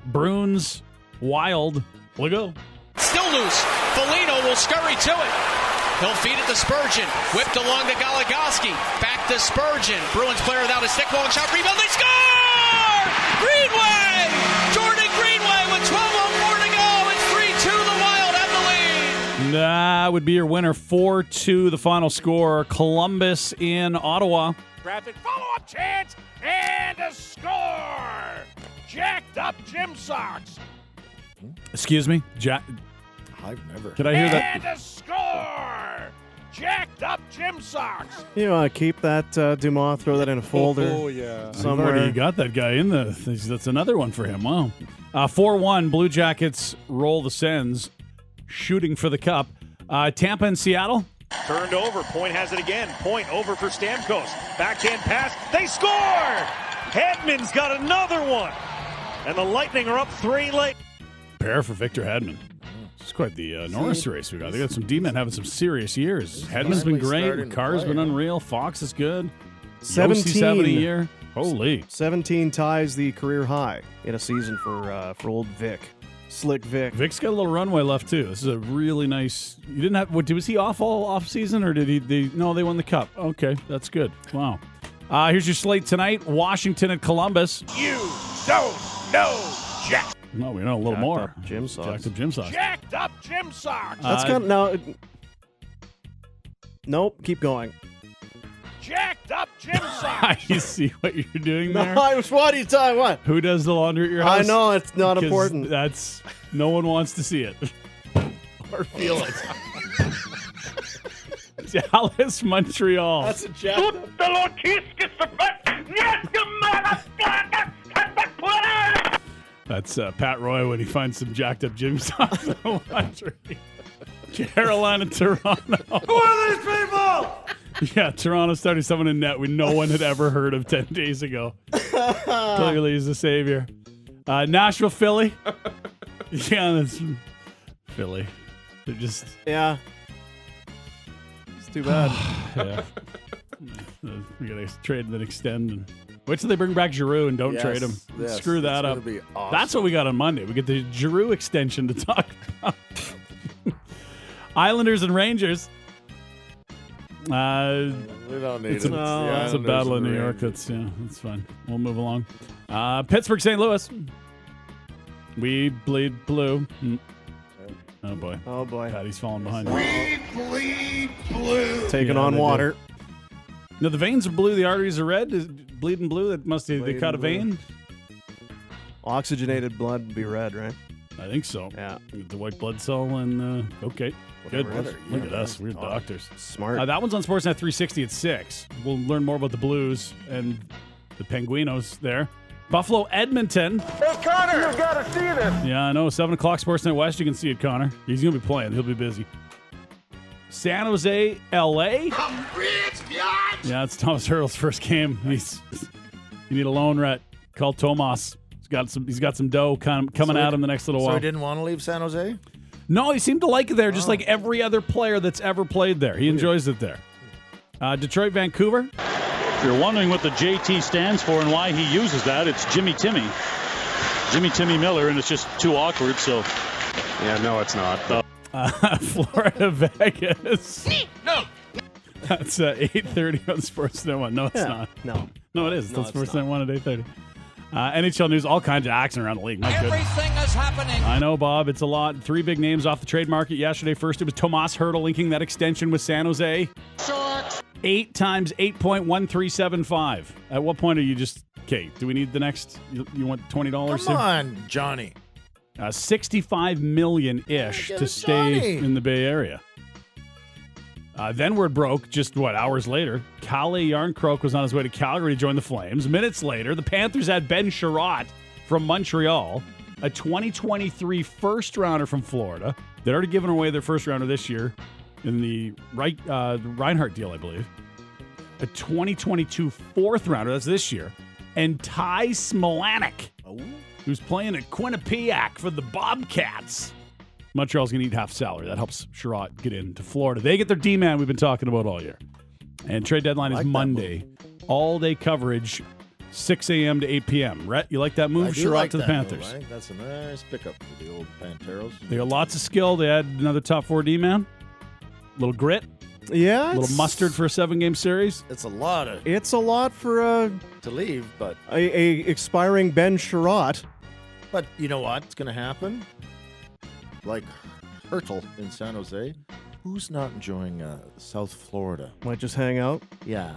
Speaker 3: Bruins, Wild, Lego.
Speaker 11: Still loose. Felino will scurry to it. He'll feed it to Spurgeon. Whipped along to Goligoski. Back to Spurgeon. Bruins player without a stick. Long shot. Rebound. They score! Greenway! Jordan Greenway with 12.04 to go. It's 3-2. The Wild have the lead.
Speaker 3: That would be your winner. 4 2, the final score. Columbus in Ottawa.
Speaker 10: Traffic follow up chance and a score! Jacked up Jim Socks
Speaker 3: Excuse me? Jack.
Speaker 5: I've never.
Speaker 3: Did I hear that?
Speaker 10: a score! Jacked up Jim Socks.
Speaker 2: You want to keep that uh, Dumas? Throw
Speaker 3: Oh,
Speaker 2: that in a folder
Speaker 4: yeah.
Speaker 3: I've already
Speaker 2: somewhere.
Speaker 3: got that guy in the. That's another one for him. Wow. 4 1, Blue Jackets roll the Sens, shooting for the cup. Uh, Tampa and Seattle.
Speaker 10: Turned over. Point has it again. Point over for Stamkos. Backhand pass. They score! Hedman's got another one. And the Lightning are up three late.
Speaker 3: Pair for Victor Hedman. It's quite the uh, Norris race we got. They got some D men having some serious years. Hedman's been
Speaker 5: finally starting
Speaker 3: great.
Speaker 5: to
Speaker 3: Carr's
Speaker 5: play.
Speaker 3: been unreal. Fox is good. Yossi, 7 a
Speaker 2: 17,
Speaker 3: year. Holy.
Speaker 2: 17 ties the career high in a season for uh, for old Vic, Slick Vic.
Speaker 3: Vic's got a little runway left too. This is a really nice. You didn't have. What, was he off all off season, or did he? They, no, they won the cup. Okay, that's good. Wow. Uh, here's your slate tonight: Washington and Columbus.
Speaker 10: You don't know Jack.
Speaker 3: No, we know a little
Speaker 2: Jacked
Speaker 3: more.
Speaker 2: up gym socks.
Speaker 3: Jacked up gym sauce.
Speaker 10: Jacked up Jim Socks.
Speaker 2: That's
Speaker 3: Uh,
Speaker 2: kind of now. Nope, keep going.
Speaker 10: Jacked up Jim Socks.
Speaker 3: I see what you're doing
Speaker 2: No,
Speaker 3: there.
Speaker 2: I was what are you talking what?
Speaker 3: Who does the laundry at your
Speaker 2: I
Speaker 3: house?
Speaker 2: know Oh, it's not
Speaker 3: 'Cause
Speaker 2: important.
Speaker 3: That's no one wants to see it or feel it. Dallas, Montreal.
Speaker 2: That's a jacked up.
Speaker 3: That's uh, Pat Roy when he finds some jacked up gym socks in the laundry. Carolina, Toronto. Who are these people? Yeah, Toronto started someone in net we no one had ever heard of 10 days ago. Clearly, he's the savior. Uh, Nashville, Philly. Yeah, that's Philly. They're just,
Speaker 2: Yeah. It's too bad.
Speaker 3: yeah. Uh, we got to trade and then extend. And wait till they bring back Giroux and don't
Speaker 5: Yes,
Speaker 3: trade him.
Speaker 5: yes,
Speaker 3: Screw that
Speaker 5: it's
Speaker 3: up.
Speaker 5: gonna be awesome.
Speaker 3: That's what we got on Monday. We get the Giroux extension to talk about. Islanders and Rangers. Uh,
Speaker 5: We don't need
Speaker 3: it's a, it's
Speaker 5: it. It's the
Speaker 3: a
Speaker 5: Islanders
Speaker 3: battle of
Speaker 5: and
Speaker 3: New York. It's yeah, it's fine. We'll move along. Uh, Pittsburgh, St. Louis. We bleed blue. Mm. Oh boy.
Speaker 2: Oh boy.
Speaker 3: Patty's falling behind.
Speaker 12: bleed blue.
Speaker 2: Taking
Speaker 3: Yeah,
Speaker 2: on
Speaker 3: they
Speaker 2: water.
Speaker 3: do. No, the veins are blue. The arteries are red. Is bleeding blue? That must be they
Speaker 2: Bleeding
Speaker 3: cut a
Speaker 2: blue.
Speaker 3: vein.
Speaker 2: Oxygenated blood would be red, right?
Speaker 3: I think so. Yeah. The white blood cell and uh, okay. Good.
Speaker 2: Whatever it is.
Speaker 3: Look at
Speaker 2: Yeah,
Speaker 3: us. We're doctors.
Speaker 2: Smart.
Speaker 3: Uh, that one's on Sportsnet 360 at 6. We'll learn more about the Blues and the Penguinos there. Buffalo, Edmonton.
Speaker 12: Hey, Connor! You've got to see this.
Speaker 3: Yeah, I know. 7 o'clock Sportsnet West. You can see it, Connor. He's going to be playing. He'll be busy. San Jose, LA.
Speaker 12: I'm rich, God!
Speaker 3: Yeah, it's Thomas Hurdle's first game. He's you need a loan rat. Call Tomas. He's got some. He's got some dough com- coming
Speaker 5: So he-
Speaker 3: at him the next little
Speaker 5: So
Speaker 3: while.
Speaker 5: he didn't want to leave San Jose?
Speaker 3: No, he seemed to like it there,
Speaker 13: Oh.
Speaker 3: just like every other player that's ever played there. He enjoys it there. Uh, Detroit, Vancouver.
Speaker 13: If you're wondering what the JT stands for and why he uses that, it's Jimmy Timmy. Jimmy Timmy Miller, and it's just too awkward, so. Yeah, no, it's not.
Speaker 3: Uh, Florida, Vegas. No. That's uh, 8.30 on Sportsnet 1. No, it's
Speaker 2: Yeah.
Speaker 3: not.
Speaker 2: No.
Speaker 3: No, it is.
Speaker 2: No,
Speaker 3: That's
Speaker 2: it's
Speaker 3: Sportsnet 1 at 8.30. Uh, NHL news, all kinds of action around the league. My goodness.
Speaker 11: Everything is happening.
Speaker 3: I know, Bob. It's a lot. Three big names off the trade market yesterday. First, it was Tomas Hurdle linking that extension with San Jose. Eight times 8.1375. At what point are you just, okay, do we need the next? You, you want $20?
Speaker 5: Come on, Johnny.
Speaker 3: Uh, 65 million ish
Speaker 5: Yeah,
Speaker 3: to stay
Speaker 5: Johnny.
Speaker 3: in the Bay Area. Uh, then word broke just what hours later. Kale Yarncroak was on his way to Calgary to join the Flames. Minutes later, the Panthers had Ben Sherratt from Montreal, a 2023 first rounder from Florida. They'd already given away their first rounder this year in the right uh, Reinhardt deal, I believe. A 2022 fourth rounder, that's this year, and Ty Smolanic,
Speaker 5: Oh.
Speaker 3: who's playing at Quinnipiac for the Bobcats. Montreal's going to eat half salary. That helps Sherratt get into Florida. They get their D man we've been talking about all year. And trade deadline is Monday. All day coverage, 6 a.m. to 8 p.m. Rhett, you like that move?
Speaker 5: I do
Speaker 3: Sherratt
Speaker 5: like
Speaker 3: to the
Speaker 5: that move.
Speaker 3: Panthers.
Speaker 5: I think That's a nice pickup for the old Panteros.
Speaker 3: They got lots of skill. They had another top four D man. Little grit.
Speaker 2: Yeah.
Speaker 3: A little
Speaker 2: it's-
Speaker 3: mustard for a seven game series.
Speaker 5: It's a lot of
Speaker 2: It's a lot for a,
Speaker 5: to leave, but
Speaker 2: a, a expiring Ben Sherratt.
Speaker 5: but you know what's going to happen? Like Hurtle in San Jose, who's not enjoying uh, South Florida?
Speaker 2: Might just hang out.
Speaker 5: Yeah,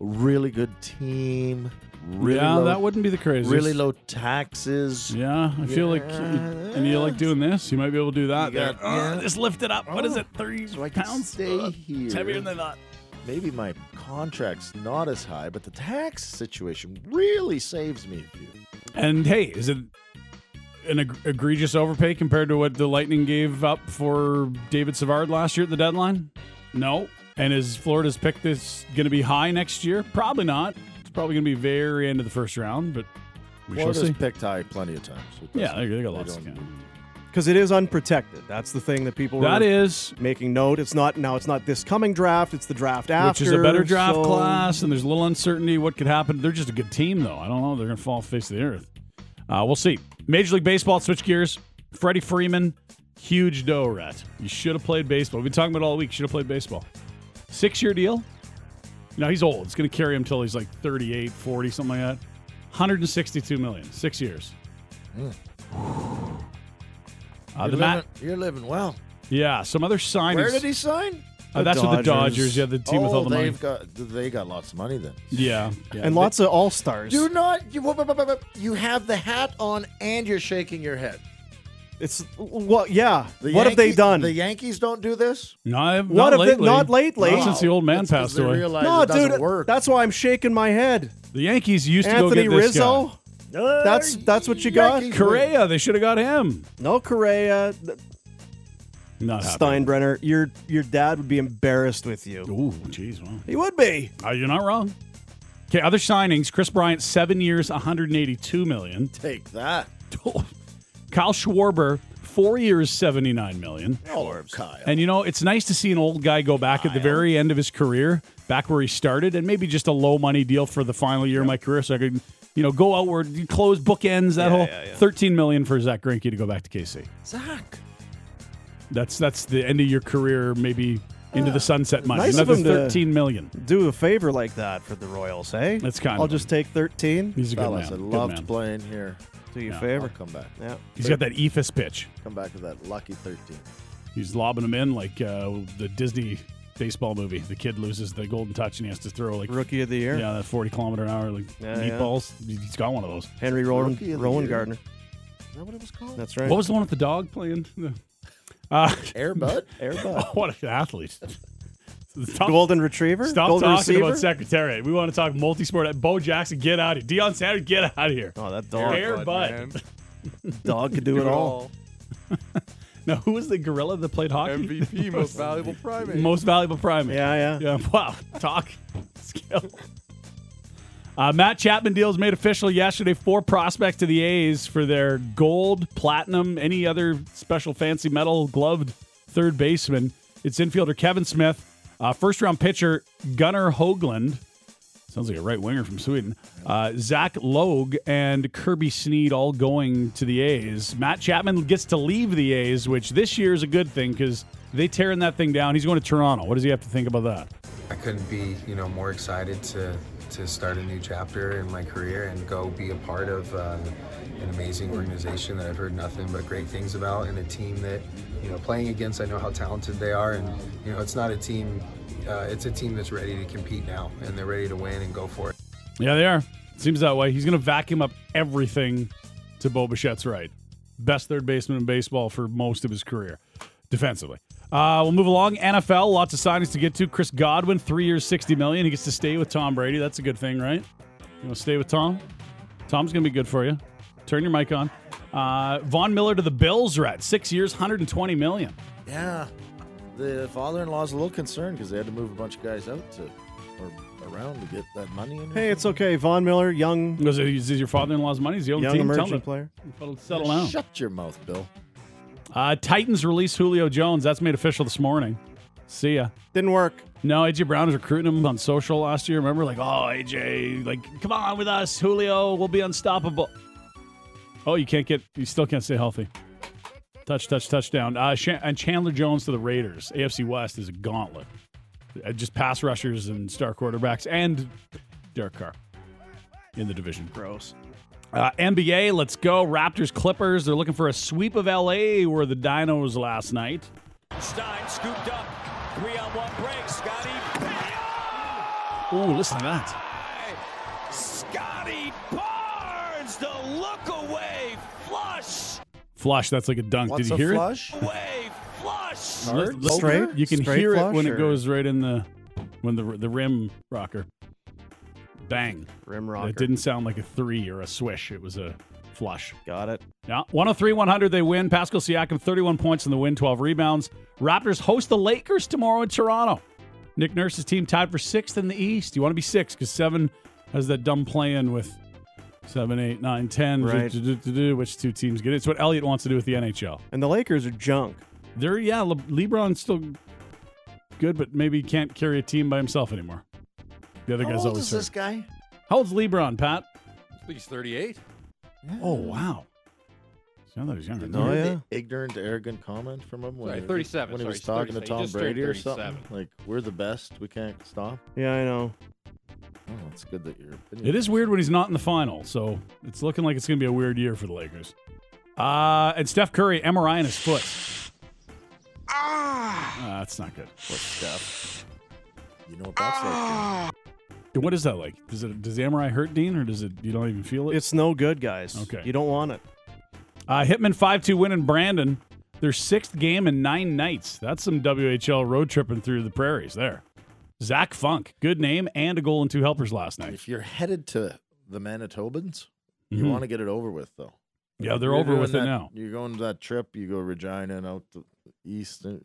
Speaker 5: really good team. Really
Speaker 3: yeah,
Speaker 5: low,
Speaker 3: that wouldn't be the craziest.
Speaker 5: Really low taxes.
Speaker 3: Yeah, I feel like, and you like doing this, you might be able to do that.
Speaker 5: You
Speaker 3: there.
Speaker 5: got-
Speaker 3: Uh,
Speaker 5: yeah.
Speaker 3: Just lift it up. What is
Speaker 5: Oh,
Speaker 3: it? Thirty
Speaker 5: so I can
Speaker 3: pounds.
Speaker 5: stay
Speaker 3: Uh,
Speaker 5: here.
Speaker 3: It's heavier than that.
Speaker 5: Maybe my contract's not as high, but the tax situation really saves me a few.
Speaker 3: And hey, is it an eg- egregious overpay compared to what the Lightning gave up for David Savard last year at the deadline? No. And is Florida's pick this going to be high next year? Probably not. It's probably going to be very end of the first round, but we
Speaker 5: Florida's
Speaker 3: shall see.
Speaker 5: picked high plenty of times. It
Speaker 3: Yeah,
Speaker 5: doesn't-
Speaker 3: they- they got lots of
Speaker 5: don't-
Speaker 2: Because it is unprotected. That's the thing that people
Speaker 3: That
Speaker 2: were
Speaker 3: is
Speaker 2: making note. It's not now. It's not this coming draft. It's the draft
Speaker 3: which
Speaker 2: after,
Speaker 3: is a better draft
Speaker 2: so-
Speaker 3: class, and there's a little uncertainty what could happen. They're just a good team, though. I don't know. They're going to fall face of the earth. Uh, we'll see. Major League Baseball, switch gears. Freddie Freeman, huge dough rat. You should have played baseball. We've been talking about it all week. Should have played baseball. Six year deal. Now he's old. It's going to carry him till he's like 38, 40, something like that. 162 million, six years.
Speaker 5: Mm.
Speaker 3: Uh,
Speaker 5: you're,
Speaker 3: the
Speaker 5: living,
Speaker 3: Matt,
Speaker 5: you're living well.
Speaker 3: yeah, some other signings.
Speaker 5: Where did he sign?
Speaker 3: Uh, that's with the Dodgers. Yeah, the team with all
Speaker 5: Oh,
Speaker 3: the money.
Speaker 5: they've Got, they got lots of money then.
Speaker 3: Yeah, yeah.
Speaker 2: and lots of all stars.
Speaker 5: Do not. You, whoop, whoop, whoop, whoop. you have the hat on and you're shaking your head.
Speaker 2: It's well, yeah.
Speaker 5: The
Speaker 2: what have they
Speaker 5: Yankees-
Speaker 2: done?
Speaker 5: The Yankees don't do this.
Speaker 3: No, I have
Speaker 2: What
Speaker 3: not
Speaker 2: if they-
Speaker 3: lately.
Speaker 2: not lately.
Speaker 3: Not since the old man
Speaker 5: It's 'cause
Speaker 3: passed
Speaker 5: they
Speaker 3: away.
Speaker 5: realize
Speaker 2: no,
Speaker 5: it doesn't
Speaker 2: dude.
Speaker 5: work.
Speaker 2: That's why I'm shaking my head.
Speaker 3: The Yankees used to go
Speaker 2: Anthony
Speaker 3: get this
Speaker 2: Rizzo.
Speaker 3: guy.
Speaker 2: That's that's what you got.
Speaker 5: Yankees
Speaker 3: Correa, they should have got him.
Speaker 2: No Correa, th-
Speaker 3: Not happening.
Speaker 2: Steinbrenner. Your your dad would be embarrassed with you.
Speaker 3: Ooh, jeez, wow.
Speaker 2: He would be.
Speaker 3: Uh, you're not wrong. Okay, other signings: Chris Bryant, seven years, 182 million.
Speaker 5: Take that.
Speaker 3: Kyle Schwarber, four years, 79 million.
Speaker 5: Oh, Kyle.
Speaker 3: And you know, it's nice to see an old guy go back at the very end of his career, back where he started, and maybe just a low money deal for the final year of my career, so I could, you know, go outward, close bookends. That whole 13 million for Zach Greinke to go back to KC.
Speaker 5: Zach.
Speaker 3: That's that's the end of your career, maybe into
Speaker 5: Uh,
Speaker 3: the sunset money.
Speaker 2: Nice of
Speaker 3: Another
Speaker 2: him to-
Speaker 3: thirteen million.
Speaker 2: Do a favor like that for the Royals, hey?
Speaker 3: That's kind
Speaker 2: I'll
Speaker 3: of him.
Speaker 2: just take 13.
Speaker 3: He's a good
Speaker 5: Fellas,
Speaker 3: man.
Speaker 5: I
Speaker 3: Good
Speaker 5: loved
Speaker 3: man.
Speaker 5: playing here.
Speaker 2: Do you a
Speaker 5: Yeah.
Speaker 2: favor.
Speaker 5: I'll come back.
Speaker 2: Yeah.
Speaker 3: He's got that E Ephus pitch.
Speaker 5: Come back to that lucky 13.
Speaker 3: He's lobbing them in like uh, the Disney baseball movie. The kid loses the golden touch and he has to throw like
Speaker 2: rookie of the year.
Speaker 3: Yeah, that forty kilometer an hour like
Speaker 2: Yeah, yeah.
Speaker 3: meatballs. He's got one of those.
Speaker 2: Henry Rowan, Rowan Gardner.
Speaker 5: Is that what it was called?
Speaker 2: That's right.
Speaker 3: What was the one with the dog playing? Uh,
Speaker 5: Air Bud? Air Bud.
Speaker 3: what an athlete.
Speaker 2: Golden Retriever?
Speaker 3: Stop
Speaker 2: Golden
Speaker 3: talking
Speaker 2: receiver?
Speaker 3: about Secretariat. We want to talk multi-sport. Bo Jackson, get out of here. Deion Sanders, get out of here.
Speaker 2: Oh, that dog.
Speaker 3: Air
Speaker 4: Bud,
Speaker 3: Bud.
Speaker 2: Dog could do it all.
Speaker 3: now, who was the gorilla that played hockey?
Speaker 4: MVP, most valuable primate.
Speaker 3: Most valuable primate.
Speaker 2: Yeah,
Speaker 3: yeah. Yeah. Wow. Talk skill. Uh, Matt Chapman deals made official yesterday. Four prospects to the A's for their gold, platinum, any other special fancy metal gloved third baseman. It's infielder Kevin Smith, uh, first round pitcher Gunnar Hoagland. Sounds like a right winger from Sweden. Uh, Zach Logue and Kirby Sneed all going to the A's. Matt Chapman gets to leave the A's, which this year is a good thing because they tearing that thing down. He's going to Toronto. What does he have to think about that?
Speaker 14: I couldn't be, you know, more excited to to start a new chapter in my career and go be a part of uh, an amazing organization that I've heard nothing but great things about, and a team that, you know, playing against, I know how talented they are, and you know, it's not a team, uh, it's a team that's ready to compete now, and they're ready to win and go for it.
Speaker 3: Yeah, they are. Seems that way. He's going to vacuum up everything to Bo Bichette's right. Best third baseman in baseball for most of his career, defensively. Uh, we'll move along. NFL, lots of signings to get to. Chris Godwin, three years, sixty million. He gets to stay with Tom Brady. That's a good thing, right? You want to stay with Tom? Tom's going to be good for you. Turn your mic on. Uh, Von Miller to the Bills, right? Six years, hundred and twenty million.
Speaker 5: Yeah. The father in law's a little concerned because they had to move a bunch of guys out to or around to get that money in.
Speaker 2: Hey, it's okay. Von Miller, young.
Speaker 3: Was it, is it your father-in-law's money? Is he on the
Speaker 2: young
Speaker 3: team? Tell
Speaker 2: emerging
Speaker 3: him.
Speaker 2: player?
Speaker 3: settle down.
Speaker 5: Shut your mouth, Bill.
Speaker 3: Uh, Titans release Julio Jones. That's made official this morning. See ya.
Speaker 2: Didn't work.
Speaker 3: No, AJ Brown was recruiting him on social last year. Remember, like, oh AJ, like, come on with us, Julio. We'll be unstoppable. Oh, you can't get. You still can't stay healthy. Touch, touch, touchdown. Uh, Shan and Chandler Jones to the Raiders. AFC West is a gauntlet. Uh, Just pass rushers and star quarterbacks and Derek Carr in the division.
Speaker 2: Gross.
Speaker 3: Uh, NBA, let's go. Raptors, Clippers. They're looking for a sweep of LA where the Dinos last night.
Speaker 15: Stein scooped up. Three on one break. Scotty.
Speaker 3: Oh, listen to that.
Speaker 15: Scotty Barnes. The look away flush.
Speaker 3: Flush. That's like a dunk.
Speaker 15: What's
Speaker 3: Did you
Speaker 15: a
Speaker 3: hear
Speaker 15: flush?
Speaker 3: it?
Speaker 15: Away flush.
Speaker 3: Let's- let's- You can
Speaker 2: Straight
Speaker 3: hear it
Speaker 2: flush
Speaker 3: when
Speaker 2: or-
Speaker 3: it goes right in the when the the rim rocker. Bang. Rim
Speaker 2: rocker.
Speaker 3: It didn't sound like a three or a swish. It was a flush.
Speaker 2: Got it.
Speaker 3: Yeah. 103 100, they win. Pascal Siakam, 31 points in the win, 12 rebounds. Raptors host the Lakers tomorrow in Toronto. Nick Nurse's team tied for sixth in the East. You want to be sixth because seven has that dumb play in with seven, eight, nine, ten.
Speaker 2: Right.
Speaker 3: du-du-du-du-du, Which two teams get it? It's what Elliot wants to do with the NHL.
Speaker 2: And the Lakers are junk.
Speaker 3: They're yeah, Le- LeBron's still good, but maybe he can't carry a team by himself anymore. The other
Speaker 5: How
Speaker 3: guy's
Speaker 5: old
Speaker 3: always
Speaker 5: is this
Speaker 3: hurt.
Speaker 5: guy?
Speaker 3: How old's LeBron, Pat?
Speaker 4: I think he's 38.
Speaker 3: Oh wow. See, I thought he was younger.
Speaker 5: Did
Speaker 3: than
Speaker 5: you
Speaker 3: that.
Speaker 5: hear the ignorant, arrogant comment from him when,
Speaker 4: Sorry,
Speaker 5: he-
Speaker 4: 37,
Speaker 5: when he
Speaker 4: sorry,
Speaker 5: was talking to
Speaker 4: 37,
Speaker 5: Tom
Speaker 4: just turned
Speaker 5: Brady or
Speaker 4: 37.
Speaker 5: something. Like, we're the best. We can't stop.
Speaker 2: Yeah, I know.
Speaker 5: Oh, it's good that you're.
Speaker 3: It is weird when he's not in the final, so it's looking like it's going to be a weird year for the Lakers. Uh, and Steph Curry, MRI in his foot. Ah, that's not good. What
Speaker 5: Steph? You know what that's
Speaker 4: Ah.
Speaker 5: like.
Speaker 3: What is that like? Does it does the MRI hurt, Dean, or does it? You don't even feel it.
Speaker 2: It's no good, guys.
Speaker 3: Okay.
Speaker 2: You don't want it.
Speaker 3: Uh, Hitman five two winning Brandon. Their sixth game in nine nights. That's some WHL road tripping through the prairies there. Zach Funk, good name, and a goal and two helpers last night.
Speaker 5: If you're headed to the Manitobans, you
Speaker 3: Mhm.
Speaker 5: want to get it over with, though.
Speaker 3: Mm-hmm. Yeah,
Speaker 5: If
Speaker 3: they're
Speaker 5: you're
Speaker 3: over
Speaker 5: doing
Speaker 3: with it
Speaker 5: that-
Speaker 3: now.
Speaker 5: You're going to that trip. You go Regina and out the east and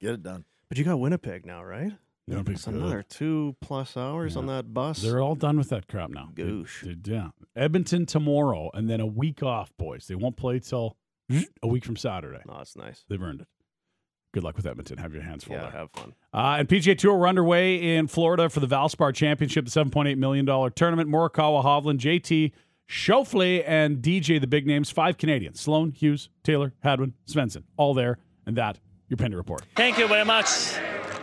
Speaker 5: get it done.
Speaker 2: But you got Winnipeg now, right?
Speaker 3: Winnipeg's
Speaker 2: It's another two plus hours on that bus.
Speaker 3: They're all done with that crap now. Goosh. yeah. Edmonton tomorrow and then a week off, boys. They won't play till a week from Saturday.
Speaker 2: No, it's nice.
Speaker 3: They've earned it. Good luck with Edmonton. Have your hands full.
Speaker 2: Yeah,
Speaker 3: there.
Speaker 2: have fun.
Speaker 3: Uh, and PGA Tour, we're underway in Florida for the Valspar Championship, the $7.8 million tournament. Morikawa, Hovland, JT, Schauffele, and DJ, the big names. Five Canadians. Sloan, Hughes, Taylor, Hadwin, Svensson. All there. And that, your Pender Report.
Speaker 16: Thank you very much.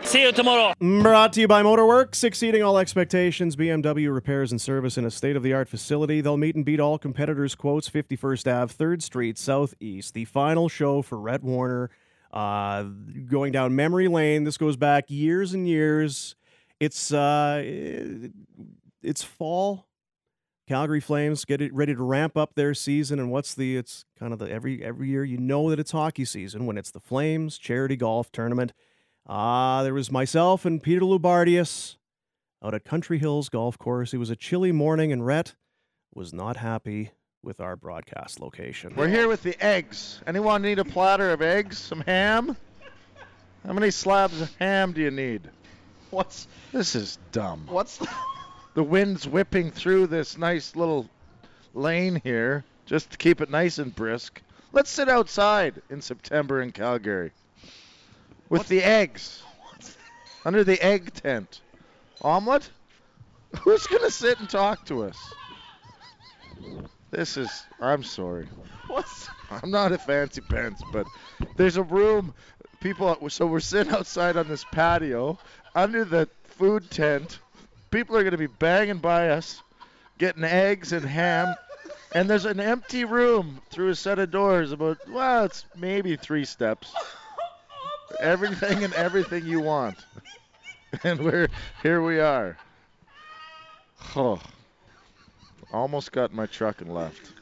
Speaker 14: See you tomorrow.
Speaker 2: Brought to you by Motorworks, exceeding all expectations, BMW repairs and service in a state of the art facility. They'll meet and beat all competitors' quotes, 51st Ave, 3rd Street, Southeast. The final show for Rhett Warner. Uh, going down memory lane. This goes back years and years. It's uh, it- it's fall. Calgary Flames get it ready to ramp up their season, and what's the? It's kind of the every every year you know that it's hockey season when it's the Flames charity golf tournament. Ah, there was myself and Peter Lubardius out at Country Hills Golf Course. It was a chilly morning, and Rhett was not happy with our broadcast location.
Speaker 5: We're here with the eggs. Anyone need a platter of eggs? Some ham? How many slabs of ham do you need? What's this is dumb. What's the, wind's whipping through this nice little lane here just to keep it nice and brisk. Let's sit outside in September in Calgary with the eggs under the egg tent. Omelet? Who's gonna sit and talk to us? This is. I'm sorry. What's? I'm not a fancy pants, but there's a room. People. So we're sitting outside on this patio under the food tent. People are going to be banging by us, getting eggs and ham. And there's an empty room through a set of doors about, well, it's maybe three steps. Everything and everything you want. And we're here we are. Oh. Almost got in my truck and left.